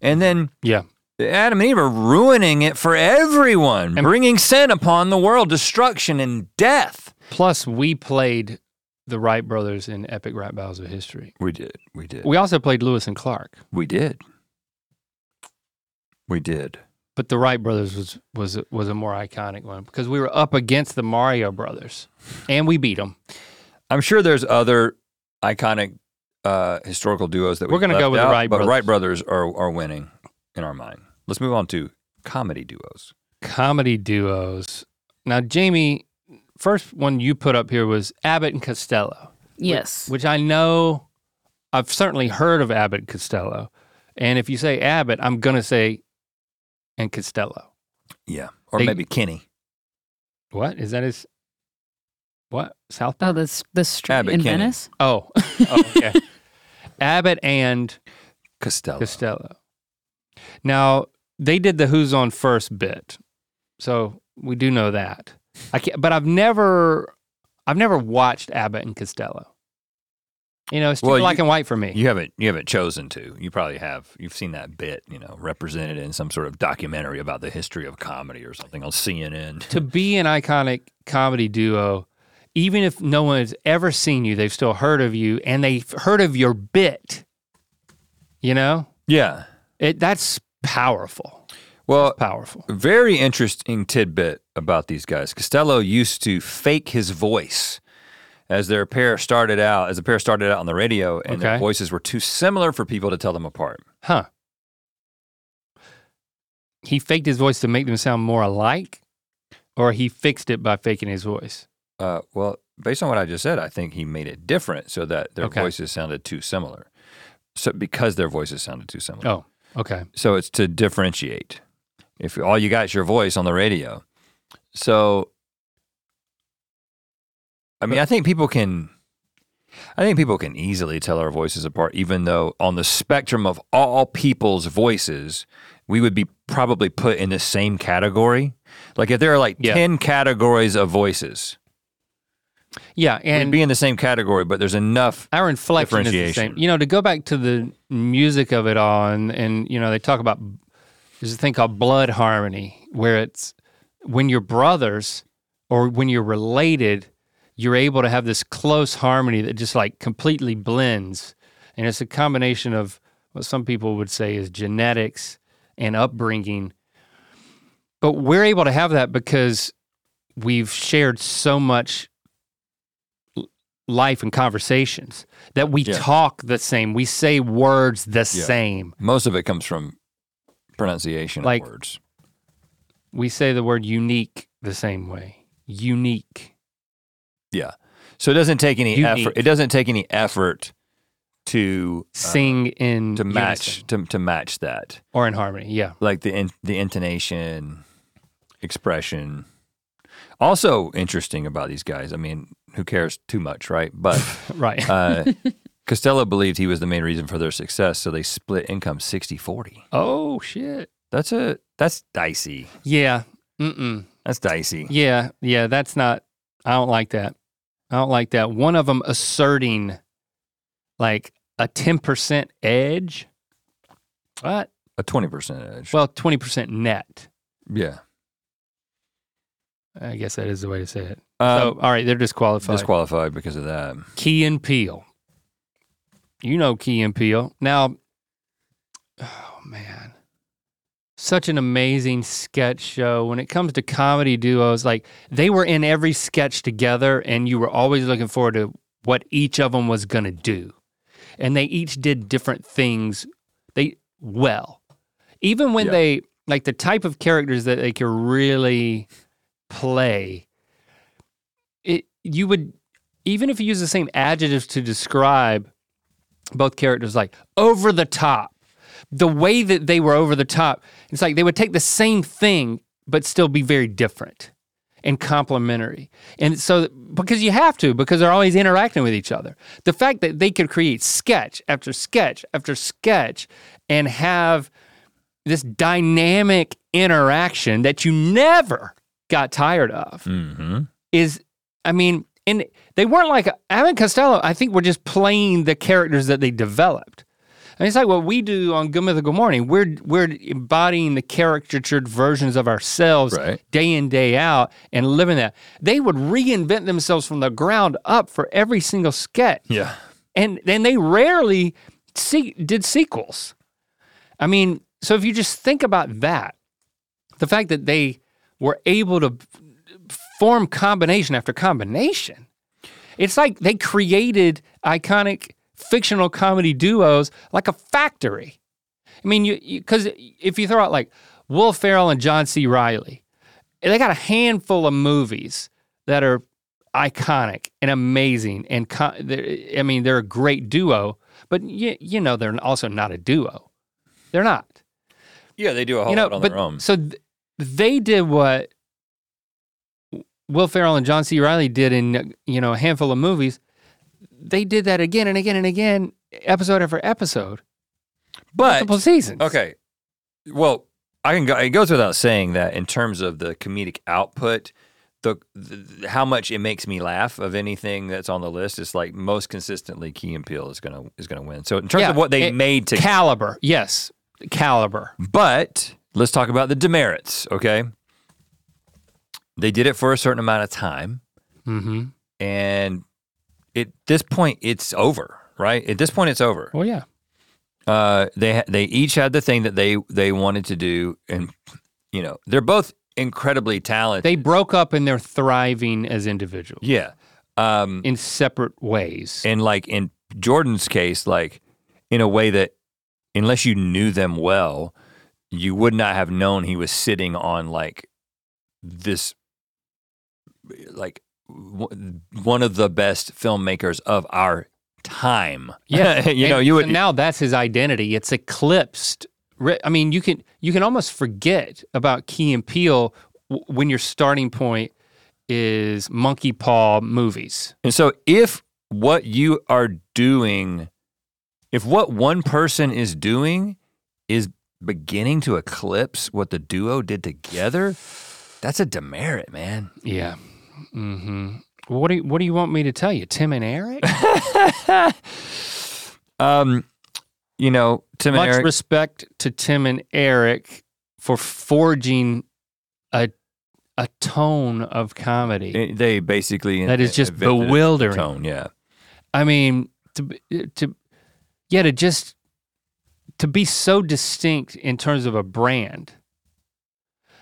Speaker 5: And then
Speaker 4: yeah.
Speaker 5: Adam and Eve are ruining it for everyone, bringing sin upon the world, destruction and death.
Speaker 4: Plus, we played the Wright brothers in epic rap battles of history.
Speaker 5: We did. We did.
Speaker 4: We also played Lewis and Clark,
Speaker 5: We did. We did.
Speaker 4: but the Wright brothers was was was a more iconic one because we were up against the Mario brothers, and we beat them.
Speaker 5: I'm sure there's other iconic uh, historical duos that
Speaker 4: We're
Speaker 5: going
Speaker 4: gonna
Speaker 5: to
Speaker 4: go with the
Speaker 5: out,
Speaker 4: Wright
Speaker 5: but
Speaker 4: brothers.
Speaker 5: Wright brothers are, are winning in our mind. Let's move on to comedy duos.
Speaker 4: comedy duos. Now, Jamie, first one you put up here was Abbott and Costello,
Speaker 1: Yes.
Speaker 4: which I know I've certainly heard of Abbott and Costello. And if you say Abbott, I'm going to say and Costello.
Speaker 5: Yeah. Or
Speaker 4: They-
Speaker 5: maybe Kenny.
Speaker 4: What? Is that his? What? South Park?
Speaker 2: Oh, this the street
Speaker 5: Abbott
Speaker 2: in
Speaker 5: Kinney.
Speaker 2: Venice.
Speaker 4: Oh, oh okay. Abbott and
Speaker 5: Costello.
Speaker 4: Costello. Now, they did the who's on first bit. So we do know that. I can't, but I've never I've never watched Abbott and Costello. You know, it's too
Speaker 5: Well,
Speaker 4: black
Speaker 5: you-
Speaker 4: and white for me.
Speaker 5: You haven't you haven't chosen to. You probably have. You've seen that bit, you know, represented in some sort of documentary about the history of comedy or something on CNN.
Speaker 4: to be an iconic comedy duo, even if no one has ever seen you, they've still heard of you and they've heard of your bit. You know?
Speaker 5: Yeah.
Speaker 4: It that's powerful.
Speaker 5: Well,
Speaker 4: Powerful.
Speaker 5: very interesting tidbit about these guys. Costello used to fake his voice as their pair started out, as the pair started out on the radio, and their
Speaker 4: Okay.
Speaker 5: voices were too similar for people to tell them apart.
Speaker 4: Huh. He faked his voice to make them sound more alike, or he fixed it by faking his voice?
Speaker 5: Uh, well, based on what I just said, I think he made it different so that their
Speaker 4: Okay.
Speaker 5: voices sounded too similar. So because their voices sounded too similar.
Speaker 4: Oh, okay.
Speaker 5: So it's to differentiate. If all you got is your voice on the radio. So I mean, I think people can I think people can easily tell our voices apart even though on the spectrum of all people's voices, we would be probably put in the same category. Like if there are like
Speaker 4: Yeah.
Speaker 5: 10 categories of voices,
Speaker 4: Yeah,
Speaker 5: and
Speaker 4: and
Speaker 5: be in the same category, but there's enough
Speaker 4: our inflection is the same.
Speaker 5: Differentiation.
Speaker 4: You know, to go back to the music of it all, and, and you know, they talk about there's a thing called blood harmony, where it's when you're brothers or when you're related, you're able to have this close harmony that just like completely blends. And it's a combination of what some people would say is genetics and upbringing. But we're able to have that because we've shared so much l- life and conversations that we
Speaker 5: Yeah.
Speaker 4: talk the same, we say words the same.
Speaker 5: most of it comes from pronunciation
Speaker 4: Like-
Speaker 5: of words.
Speaker 4: We say the word unique the same way. Unique.
Speaker 5: Yeah. So it doesn't take any
Speaker 4: Unique.
Speaker 5: effort. It doesn't take any effort to uh,
Speaker 4: Sing in
Speaker 5: to match
Speaker 4: unison
Speaker 5: to, to match that,
Speaker 4: or in harmony. Yeah.
Speaker 5: like the in, the intonation, expression. Also interesting about these guys. I mean, who cares too much, right? But
Speaker 4: Right.
Speaker 5: uh, Costello believed he was the main reason for their success, so they split income 60-40.
Speaker 4: oh shit.
Speaker 5: That's a that's dicey.
Speaker 4: Yeah. Mm-mm.
Speaker 5: That's dicey.
Speaker 4: Yeah. Yeah. That's not. I don't like that. I don't like that. One of them asserting, like a ten percent edge. What?
Speaker 5: A twenty percent edge.
Speaker 4: Well, twenty percent net.
Speaker 5: yeah.
Speaker 4: I guess that is the way to say it.
Speaker 5: Um,
Speaker 4: so, all right, they're disqualified.
Speaker 5: disqualified because of that.
Speaker 4: Key and Peel. You know Key and Peel. Now, oh man, such an amazing sketch show. When it comes to comedy duos, like they were in every sketch together, and you were always looking forward to what each of them was going to do. And they each did different things they well. Even when
Speaker 5: Yeah.
Speaker 4: they like the type of characters that they could really play, it you would even if you use the same adjectives to describe both characters like over the top the way that they were over the top it's like they would take the same thing but still be very different and complementary and so because you have to because they're always interacting with each other the fact that they could create sketch after sketch after sketch and have this dynamic interaction that you never got tired of
Speaker 5: Mm-hmm.
Speaker 4: is I mean, and they weren't like Abbott Costello, I think were just playing the characters that they developed. I mean, it's like what we do on Good Mythical Morning. We're we're embodying the caricatured versions of ourselves
Speaker 5: Right.
Speaker 4: day in day out and living that. They would reinvent themselves from the ground up for every single sketch
Speaker 5: Yeah.
Speaker 4: and then they rarely se- did sequels. I mean, so if you just think about that, the fact that they were able to form combination after combination, it's like they created iconic fictional comedy duos like a factory. I mean, you because if you throw out like Will Ferrell and John C. Riley, they got a handful of movies that are iconic and amazing and co- they're- I mean they're a great duo, but you, you know they're also not a duo. They're not.
Speaker 5: Yeah, they do a whole
Speaker 4: you know,
Speaker 5: lot on
Speaker 4: but
Speaker 5: their own.
Speaker 4: so th- they did what Will Ferrell and John C. Riley did in you know a handful of movies. They did that again and again and again, episode after episode,
Speaker 5: But
Speaker 4: multiple seasons.
Speaker 5: okay. Well, I can go it goes without saying that in terms of the comedic output, the, the how much it makes me laugh of anything that's on the list is like most consistently Key and Peele is gonna is gonna win. So in terms
Speaker 4: Yeah,
Speaker 5: of what they
Speaker 4: it-
Speaker 5: made to
Speaker 4: Caliber, yes, caliber.
Speaker 5: But let's talk about the demerits, okay? They did it for a certain amount of time,
Speaker 4: Mm-hmm.
Speaker 5: and at this point, it's over, right? At this point, it's over.
Speaker 4: Well, Oh, yeah,
Speaker 5: Uh, they ha- they each had the thing that they they wanted to do, and you know they're both incredibly talented.
Speaker 4: they broke up and they're thriving as individuals
Speaker 5: yeah, um,
Speaker 4: in separate ways.
Speaker 5: and like in Jordan's case, like in a way that unless you knew them well, you would not have known he was sitting on like this, like w- one of the best filmmakers of our time.
Speaker 4: Yeah,
Speaker 5: you
Speaker 4: And
Speaker 5: know, you would.
Speaker 4: so now that's his identity. It's eclipsed. Re- I mean, you can you can almost forget about Key and Peele w- when your starting point is monkey paw movies.
Speaker 5: and so, if what you are doing, if what one person is doing, is beginning to eclipse what the duo did together. That's a demerit, man.
Speaker 4: Yeah. Mm-hmm. What do you, what do you want me to tell you, Tim and Eric?
Speaker 5: um, you know, Tim
Speaker 4: Much
Speaker 5: and Eric.
Speaker 4: respect to Tim and Eric for forging a a tone of comedy
Speaker 5: eh, they basically
Speaker 4: that is just
Speaker 5: invented
Speaker 4: bewildering.
Speaker 5: Tone, yeah,
Speaker 4: I mean, to b- to yeah, to just to be so distinct in terms of a brand.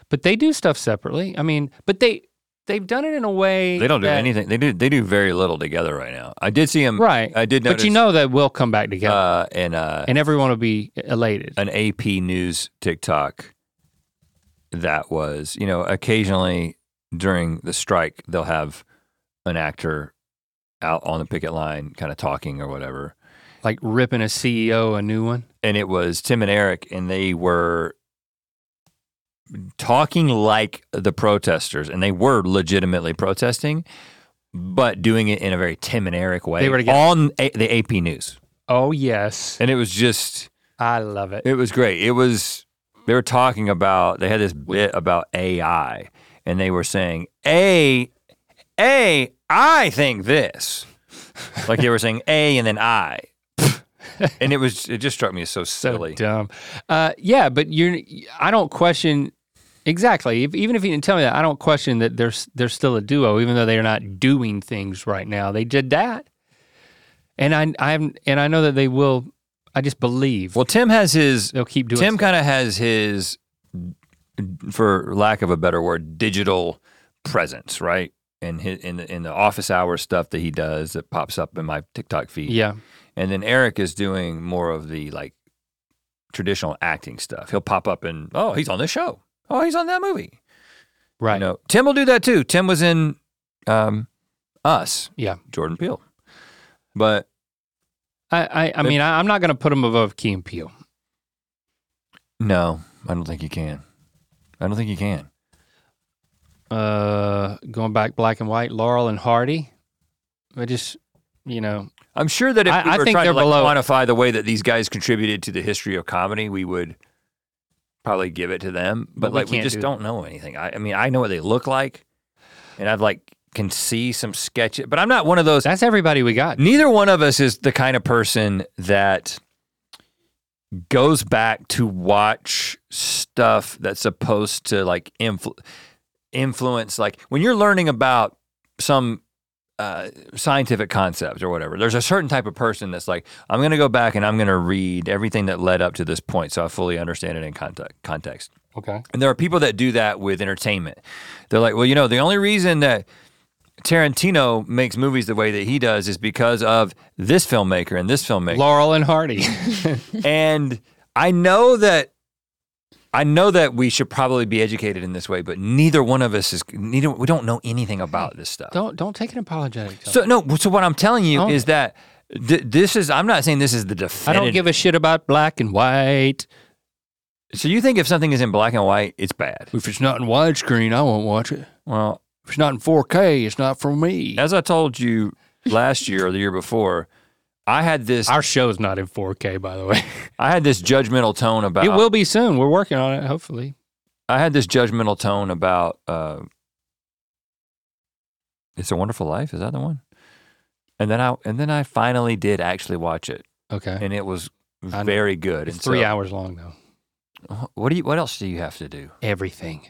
Speaker 4: But they do stuff separately. I mean, but they they've done it in a way
Speaker 5: they don't do
Speaker 4: that-
Speaker 5: anything. They do they do very little together right now. I did see him.
Speaker 4: right.
Speaker 5: I did notice.
Speaker 4: but you know that we'll come back together,
Speaker 5: uh, in uh,
Speaker 4: and everyone will be elated.
Speaker 5: an AP News TikTok that was, you know, occasionally during the strike they'll have an actor out on the picket line, kind of talking or whatever.
Speaker 4: like ripping a CEO a new one.
Speaker 5: and it was Tim and Eric, and they were talking like the protesters, and they were legitimately protesting, but doing it in a very Tim and Eric way
Speaker 4: They were together.
Speaker 5: on a- the AP News,
Speaker 4: Oh yes,
Speaker 5: and it was just
Speaker 4: I love it.
Speaker 5: it was great. It was they were talking about they had this bit about AI, and they were saying a a I think this, like they were saying a and then I, and it was it just struck me as so
Speaker 4: so
Speaker 5: silly.
Speaker 4: dumb. Uh, yeah, but you're. I don't question exactly. If, even if you didn't tell me that, I don't question that there's they're still a duo, even though they are not doing things right now. They did that, and I I am and I know that they will. I just believe
Speaker 5: well, Tim has his
Speaker 4: they'll keep doing.
Speaker 5: Tim
Speaker 4: stuff.
Speaker 5: kind of has his, for lack of a better word, digital presence, right? And his, in the in the office hour stuff that he does that pops up in my TikTok feed.
Speaker 4: yeah,
Speaker 5: And then Eric is doing more of the like traditional acting stuff. He'll pop up and oh, he's on this show. Oh, he's on that movie.
Speaker 4: right.
Speaker 5: You know, Tim will do that too. Tim was in um, Us.
Speaker 4: Yeah.
Speaker 5: Jordan Peele. But
Speaker 4: I I, I mean I, I'm not going to put them above Key and Peele.
Speaker 5: no, I don't think you can. I don't think you can.
Speaker 4: Uh, going back black and white, Laurel and Hardy. I just you know
Speaker 5: I'm sure that if
Speaker 4: I-
Speaker 5: we
Speaker 4: I
Speaker 5: were
Speaker 4: think
Speaker 5: trying to like,
Speaker 4: they're below-
Speaker 5: quantify the way that these guys contributed to the history of comedy, we would probably give it to them. But,
Speaker 4: But we
Speaker 5: like, we,
Speaker 4: can't
Speaker 5: just
Speaker 4: do that.
Speaker 5: don't know anything. I, I mean, I know what they look like, and I've like can see some sketches, but I'm not one of those.
Speaker 4: that's everybody we got.
Speaker 5: Neither one of us is the kind of person that goes back to watch stuff that's supposed to like influ- influence. Like when you're learning about some uh, scientific concept or whatever, there's a certain type of person that's like, I'm going to go back and I'm going to read everything that led up to this point so I fully understand it in context. context.
Speaker 4: Okay.
Speaker 5: And there are people that do that with entertainment. They're like, well, you know, the only reason that Tarantino makes movies the way that he does is because of this filmmaker and this filmmaker.
Speaker 4: Laurel and Hardy.
Speaker 5: and I know that I know that we should probably be educated in this way, but neither one of us is neither we don't know anything about this stuff.
Speaker 4: don't don't take an apologetic.
Speaker 5: So no, so what I'm telling you
Speaker 4: Oh.
Speaker 5: is that th- this is I'm not saying this is the
Speaker 4: I
Speaker 5: definitive.
Speaker 4: don't give a shit about black and white.
Speaker 5: so you think if something is in black and white, it's bad.
Speaker 4: If it's not in widescreen, I won't watch it.
Speaker 5: Well,
Speaker 4: If it's not in 4K, it's not for me.
Speaker 5: As I told you last year or the year before, I had this
Speaker 4: Our show's not in 4K, by the way.
Speaker 5: I had this judgmental tone about
Speaker 4: it will be soon. We're working on it, hopefully.
Speaker 5: I had this judgmental tone about uh, It's a Wonderful Life, is that the one? And then I and then I finally did actually watch it
Speaker 4: Okay.
Speaker 5: and it was
Speaker 4: I-
Speaker 5: very good.
Speaker 4: It's
Speaker 5: and
Speaker 4: three hours long, though.
Speaker 5: hours. What do you what else do you have to do?
Speaker 4: Everything.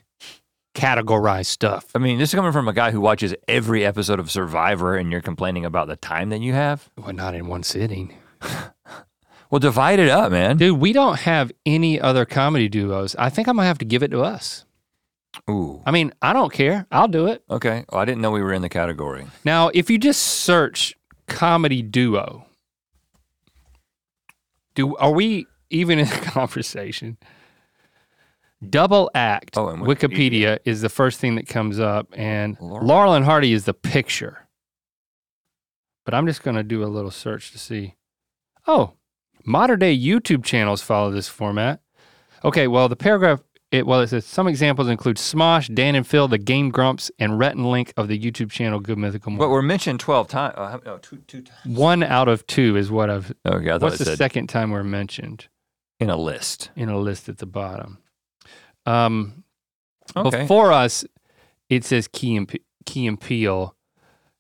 Speaker 4: Categorized stuff.
Speaker 5: I mean, this is coming from a guy who watches every episode of Survivor and you're complaining about the time that you have?
Speaker 4: Well, not in one sitting.
Speaker 5: Well, divide it up, man.
Speaker 4: Dude, we don't have any other comedy duos. I think I'm going to have to give it to us.
Speaker 5: Ooh.
Speaker 4: I mean, I don't care. I'll do it.
Speaker 5: Okay. Well, I didn't know we were in the category.
Speaker 4: Now, if you just search comedy duo, do are we even in the conversation? Double act.
Speaker 5: Oh, and
Speaker 4: Wikipedia. is the first thing that comes up, and
Speaker 5: Laurel.
Speaker 4: Laurel, and Hardy is the picture. But I'm just gonna do a little search to see. Oh, modern day YouTube channels follow this format. Okay, well the paragraph. It, well, it says some examples include Smosh, Dan and Phil, the Game Grumps, and Rhett and Link of the YouTube channel Good Mythical Morning.
Speaker 5: But we're mentioned 12 times. Oh, how- no, two, two times.
Speaker 4: One out of two is what I've.
Speaker 5: Okay, I thought
Speaker 4: What's
Speaker 5: it
Speaker 4: the
Speaker 5: said
Speaker 4: second time we're mentioned
Speaker 5: in a list.
Speaker 4: in a list at the bottom? Um,
Speaker 5: Okay.
Speaker 4: Before us, it says Key and, P- Key and Peele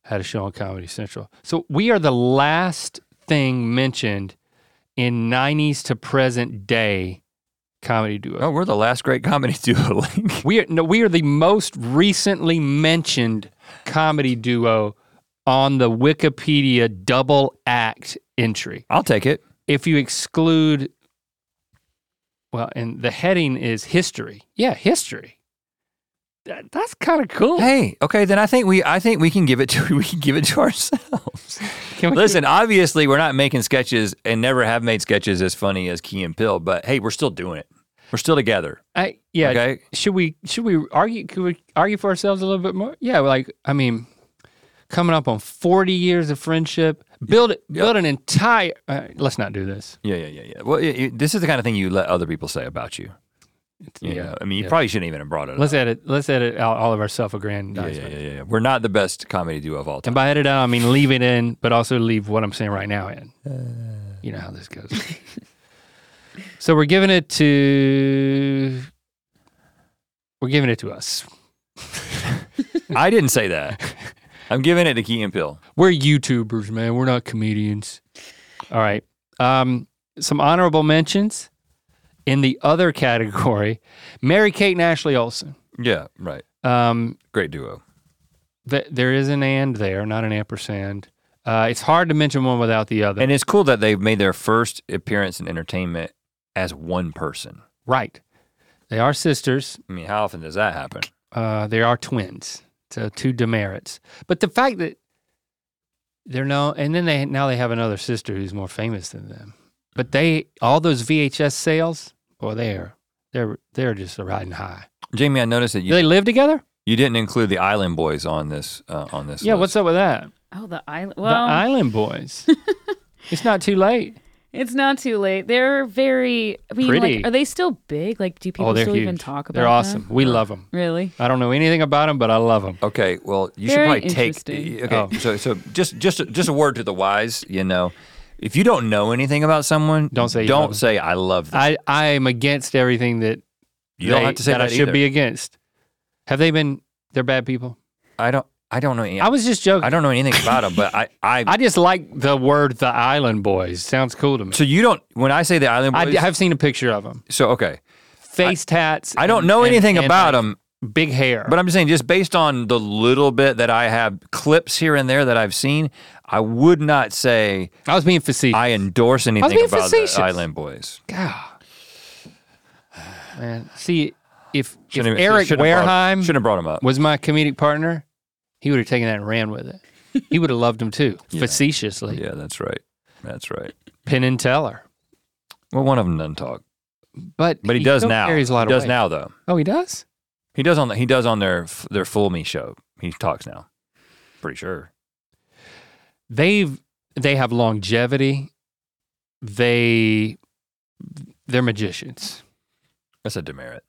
Speaker 4: had a show on Comedy Central. So we are the last thing mentioned in 90s to present day comedy duo.
Speaker 5: oh, we're the last great comedy duo link.
Speaker 4: We, are, no, we are the most recently mentioned comedy duo on the Wikipedia double act entry.
Speaker 5: I'll take it.
Speaker 4: if you exclude well and the heading is history yeah history that, that's kind of cool
Speaker 5: Hey, okay, then I think we I think we can give it to we can give it to ourselves.
Speaker 4: Can we-
Speaker 5: Listen, obviously we're not making sketches and never have made sketches as funny as Key and Pill, but hey, we're still doing it. We're still together.
Speaker 4: I, yeah
Speaker 5: Okay.
Speaker 4: should we should we argue could we argue for ourselves a little bit more yeah like i mean coming up on 40 years of friendship build it build an entire uh, let's not do this
Speaker 5: Yeah, yeah, yeah, yeah. Well, y y- this is the kind of thing you let other people say about you.
Speaker 4: It's-
Speaker 5: You know, I mean, you
Speaker 4: yeah.
Speaker 5: probably shouldn't even have brought it
Speaker 4: Let's
Speaker 5: up.
Speaker 4: edit. Let's edit out all of our
Speaker 5: Yeah,
Speaker 4: self-aggrandizement.
Speaker 5: yeah, yeah, yeah. We're not the best comedy duo of all
Speaker 4: And
Speaker 5: time.
Speaker 4: by edit out, I mean leave it in, but also leave what I'm saying right now in. you know how this goes. so we're giving it to. We're giving it to us.
Speaker 5: I didn't say that. I'm giving it to Key and Pill.
Speaker 4: We're YouTubers, man. We're not comedians. All right. Um, some honorable mentions in the other category: Mary Kate and Ashley Olsen.
Speaker 5: Yeah, right.
Speaker 4: Um,
Speaker 5: Great duo.
Speaker 4: th- there is an and there, not an ampersand. Uh, it's hard to mention one without the other.
Speaker 5: And it's cool that they've made their first appearance in entertainment as one person.
Speaker 4: right. They are sisters.
Speaker 5: I mean, how often does that happen?
Speaker 4: Uh, they are twins, so two demerits. But the fact that they're no, and then they now they have another sister who's more famous than them.
Speaker 5: Mm-hmm.
Speaker 4: But they all those VHS sales, boy, they're they're they're just riding high.
Speaker 5: Jamie, I noticed that
Speaker 4: Do
Speaker 5: you,
Speaker 4: they live together?
Speaker 5: you didn't include the Island Boys on this uh, on this.
Speaker 4: Yeah. What's up with that?
Speaker 2: Oh, the island.
Speaker 4: the
Speaker 2: Well,
Speaker 4: Island Boys. it's not too late.
Speaker 2: it's not too late. They're very. I mean,
Speaker 4: Pretty.
Speaker 2: Like, are they still big? Like, do people
Speaker 4: oh, they're
Speaker 2: still
Speaker 4: huge.
Speaker 2: even talk about?
Speaker 4: they're
Speaker 2: them?
Speaker 4: awesome. We love them.
Speaker 2: Really?
Speaker 4: I don't know anything about them, but I love them.
Speaker 5: Okay, well, you
Speaker 2: Very
Speaker 5: should probably take.
Speaker 2: interesting.
Speaker 5: Okay,
Speaker 4: Oh.
Speaker 5: so so just just just a word to the wise. You know, if you don't know anything about someone,
Speaker 4: Don't say you love
Speaker 5: don't
Speaker 4: them.
Speaker 5: say I love them.
Speaker 4: I I am against everything that
Speaker 5: you don't
Speaker 4: they-
Speaker 5: have to say that,
Speaker 4: I should
Speaker 5: either.
Speaker 4: be against. Have they been? They're bad people.
Speaker 5: I don't. I don't know. Any,
Speaker 4: I
Speaker 5: I,
Speaker 4: was just joking.
Speaker 5: don't know anything about them, but I, I
Speaker 4: I just like the word "the Island Boys." Sounds cool to me.
Speaker 5: So you don't. When I say the Island
Speaker 4: I
Speaker 5: Boys,
Speaker 4: d- have seen a picture of them.
Speaker 5: so okay.
Speaker 4: Face tats.
Speaker 5: I don't
Speaker 4: and-
Speaker 5: know
Speaker 4: and-
Speaker 5: anything
Speaker 4: and,
Speaker 5: about
Speaker 4: like,
Speaker 5: them,
Speaker 4: Big hair.
Speaker 5: but I'm just saying, just based on the little bit that I have clips here and there that I've seen, I would not say
Speaker 4: I was being facetious.
Speaker 5: I endorse anything
Speaker 4: being
Speaker 5: about
Speaker 4: facetious.
Speaker 5: the Island Boys.
Speaker 4: God. Man, see if, if
Speaker 5: Shouldn't have-
Speaker 4: Eric
Speaker 5: shouldn't have brought-
Speaker 4: Wareheim
Speaker 5: shouldn't have brought him up.
Speaker 4: was my comedic partner, he would have taken that and ran with it. He would have loved him too, facetiously.
Speaker 5: Yeah, that's right. That's right.
Speaker 4: Penn and Teller,
Speaker 5: Well, one of them doesn't talk,
Speaker 4: but
Speaker 5: but he, does
Speaker 4: still
Speaker 5: now.
Speaker 4: Carries a lot
Speaker 5: he
Speaker 4: of
Speaker 5: does
Speaker 4: weight.
Speaker 5: now though.
Speaker 4: Oh, he does.
Speaker 5: He does on the, he does on their f- their Fool Me show. He talks now. Pretty sure.
Speaker 4: they've they have longevity. They they're magicians.
Speaker 5: That's a demerit.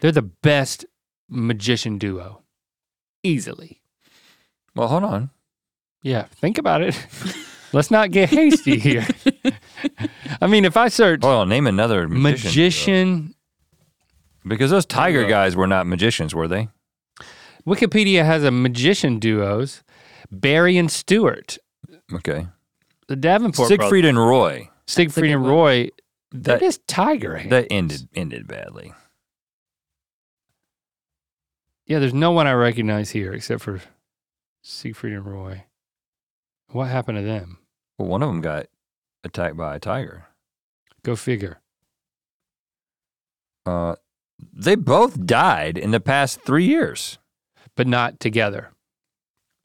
Speaker 4: They're the best magician duo. Easily.
Speaker 5: Well, hold on.
Speaker 4: Yeah, think about it. Let's not get hasty here. I mean, if I search
Speaker 5: Hold on. Name another magician.
Speaker 4: magician,
Speaker 5: Because those Tiger guys were not magicians, were they?
Speaker 4: Wikipedia has a magician duos, Barry and Stewart,
Speaker 5: Okay.
Speaker 4: the Davenport brothers,
Speaker 5: Siegfried and Roy.
Speaker 4: Siegfried
Speaker 2: good
Speaker 4: and
Speaker 2: one.
Speaker 4: Roy. They're
Speaker 5: That-
Speaker 4: just tiger hands.
Speaker 5: That ended ended badly.
Speaker 4: Yeah, there's no one I recognize here except for Siegfried and Roy. What happened to them?
Speaker 5: Well, one of them got attacked by a tiger.
Speaker 4: Go figure.
Speaker 5: Uh, they both died in the past three years,
Speaker 4: But not together.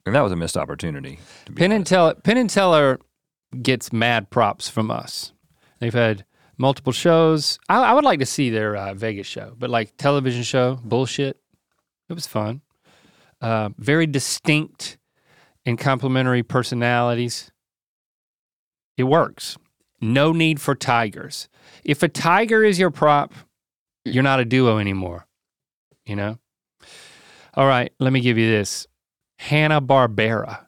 Speaker 5: and that was a missed opportunity. to be
Speaker 4: Penn and
Speaker 5: honest.
Speaker 4: Teller Penn and Teller gets mad props from us. They've had multiple shows. I, I would like to see their uh, Vegas show, but like television show, bullshit. It was fun. Uh, very distinct and complementary personalities. It works. No need for tigers. If a tiger is your prop, you're not a duo anymore. You know? All right, let me give you this Hannah Barbera.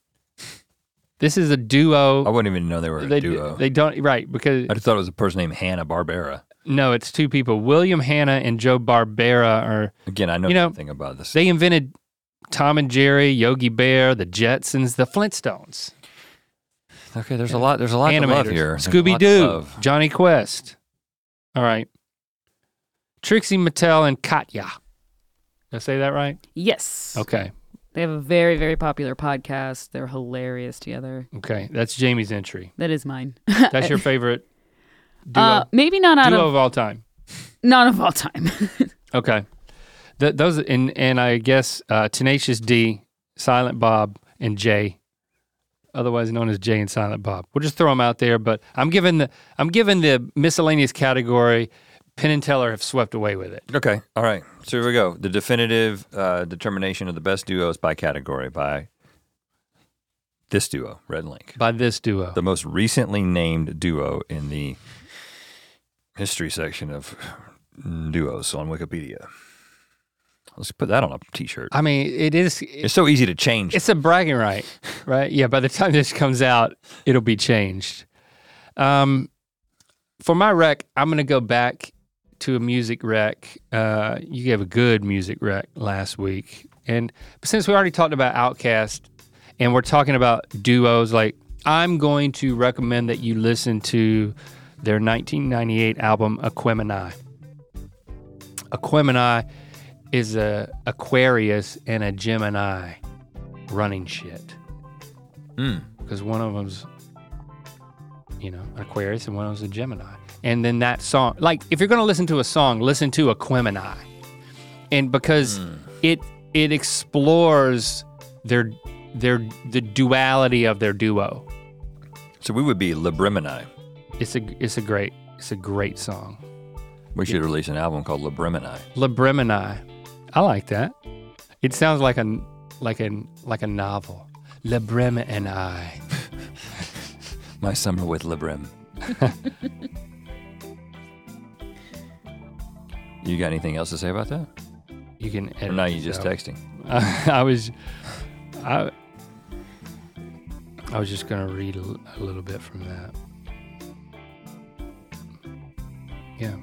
Speaker 4: This is a duo.
Speaker 5: I wouldn't even know they were a
Speaker 4: they,
Speaker 5: duo.
Speaker 4: they don't, right, because
Speaker 5: I just thought it was a person named Hannah Barbera.
Speaker 4: no, it's two people. William Hanna and Joe Barbera are,
Speaker 5: Again, I know
Speaker 4: You know,
Speaker 5: nothing about this.
Speaker 4: they invented Tom and Jerry, Yogi Bear, the Jetsons, the Flintstones,
Speaker 5: okay, there's a lot. There's a lot to love
Speaker 4: animators,
Speaker 5: here. There's a lot to
Speaker 4: Scooby Doo,
Speaker 5: love.
Speaker 4: Johnny Quest. All right. Trixie Mattel and Katya. Did I say that right?
Speaker 2: Yes.
Speaker 4: Okay.
Speaker 2: They have a very, very popular podcast. They're hilarious together.
Speaker 4: Okay. That's Jamie's entry.
Speaker 2: That is mine.
Speaker 4: That's your favorite duo,
Speaker 2: uh, maybe not out
Speaker 4: duo
Speaker 2: of
Speaker 4: of all time.
Speaker 2: not of all time.
Speaker 4: Okay. Th- those and and I guess uh, Tenacious D, Silent Bob, and Jay, otherwise known as Jay and Silent Bob. We'll just throw them out there. But I'm giving the I'm giving the miscellaneous category. Penn and Teller have swept away with it.
Speaker 5: Okay, all right. So here we go. The definitive uh, determination of the best duos by category by this duo, Red Link.
Speaker 4: by this duo.
Speaker 5: the most recently named duo in the history section of duos on Wikipedia. Let's put that on a T-shirt.
Speaker 4: I mean, it is.
Speaker 5: It's so easy to change.
Speaker 4: It's a bragging right, right? Yeah. By the time this comes out, it'll be changed. Um, for my rec, I'm gonna go back to a music rec. Uh, you gave a good music rec last week, and since we already talked about Outcast, and we're talking about duos, like I'm going to recommend that you listen to their 1998 album Aquemini. Aquemini is a Aquarius and a Gemini running shit
Speaker 5: Mm.
Speaker 4: because one of them's you know an Aquarius and one of them's a Gemini. And then that song, like if you're gonna listen to a song, listen to Aquemini, and because
Speaker 5: Hmm.
Speaker 4: it it explores their their the duality of their duo.
Speaker 5: So we would be Librimini.
Speaker 4: It's a it's a great it's a great song.
Speaker 5: We should release an album called Librimini.
Speaker 4: Librimini. I like that. It sounds like a like an like a novel. Librimini.
Speaker 5: My summer with Librim. you got anything else to say about that?
Speaker 4: You can edit
Speaker 5: Or now you
Speaker 4: this
Speaker 5: just
Speaker 4: out.
Speaker 5: texting?
Speaker 4: I was, I, I was just gonna read a, l- a little bit from that. Yeah.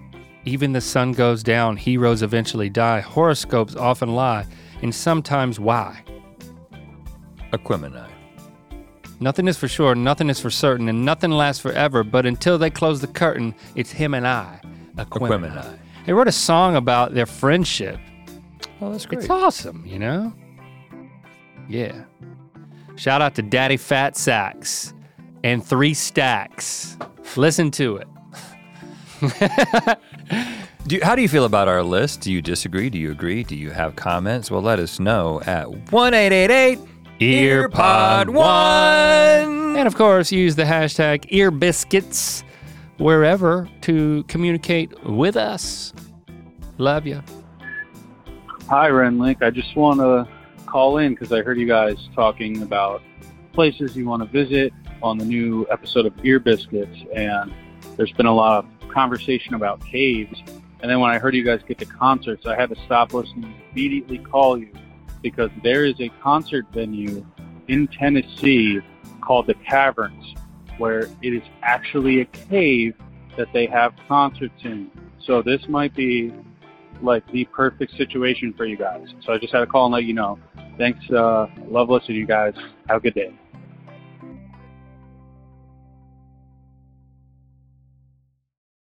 Speaker 4: Even the sun goes down. Heroes eventually die. Horoscopes often lie, and sometimes why?
Speaker 5: Aquemini.
Speaker 4: Nothing is for sure. Nothing is for certain, and nothing lasts forever. But until they close the curtain, it's him and I. Aquemini.
Speaker 5: Aquemini.
Speaker 4: They wrote a song about their friendship.
Speaker 5: Oh, that's
Speaker 4: It's awesome, you know? Yeah. Shout out to Daddy Fat Sacks and Three Stacks. Listen to it.
Speaker 5: Do you, how do you feel about our list? Do you disagree? Do you agree? Do you have comments? Well, let us know at 1888
Speaker 4: Earpod
Speaker 5: one
Speaker 4: And of course, use the hashtag earbiscuits wherever to communicate with us. Love you.
Speaker 3: Hi, Ren Link. I just want to call in because I heard you guys talking about places you want to visit on the new episode of Ear Biscuits, and there's been a lot of conversation about caves. And then when I heard you guys get to concerts, I had to stop listening and immediately call you because there is a concert venue in Tennessee called the Caverns where it is actually a cave that they have concerts in. So this might be like the perfect situation for you guys. So I just had to call and let you know. Thanks. Uh, love listening to you guys. Have a good day.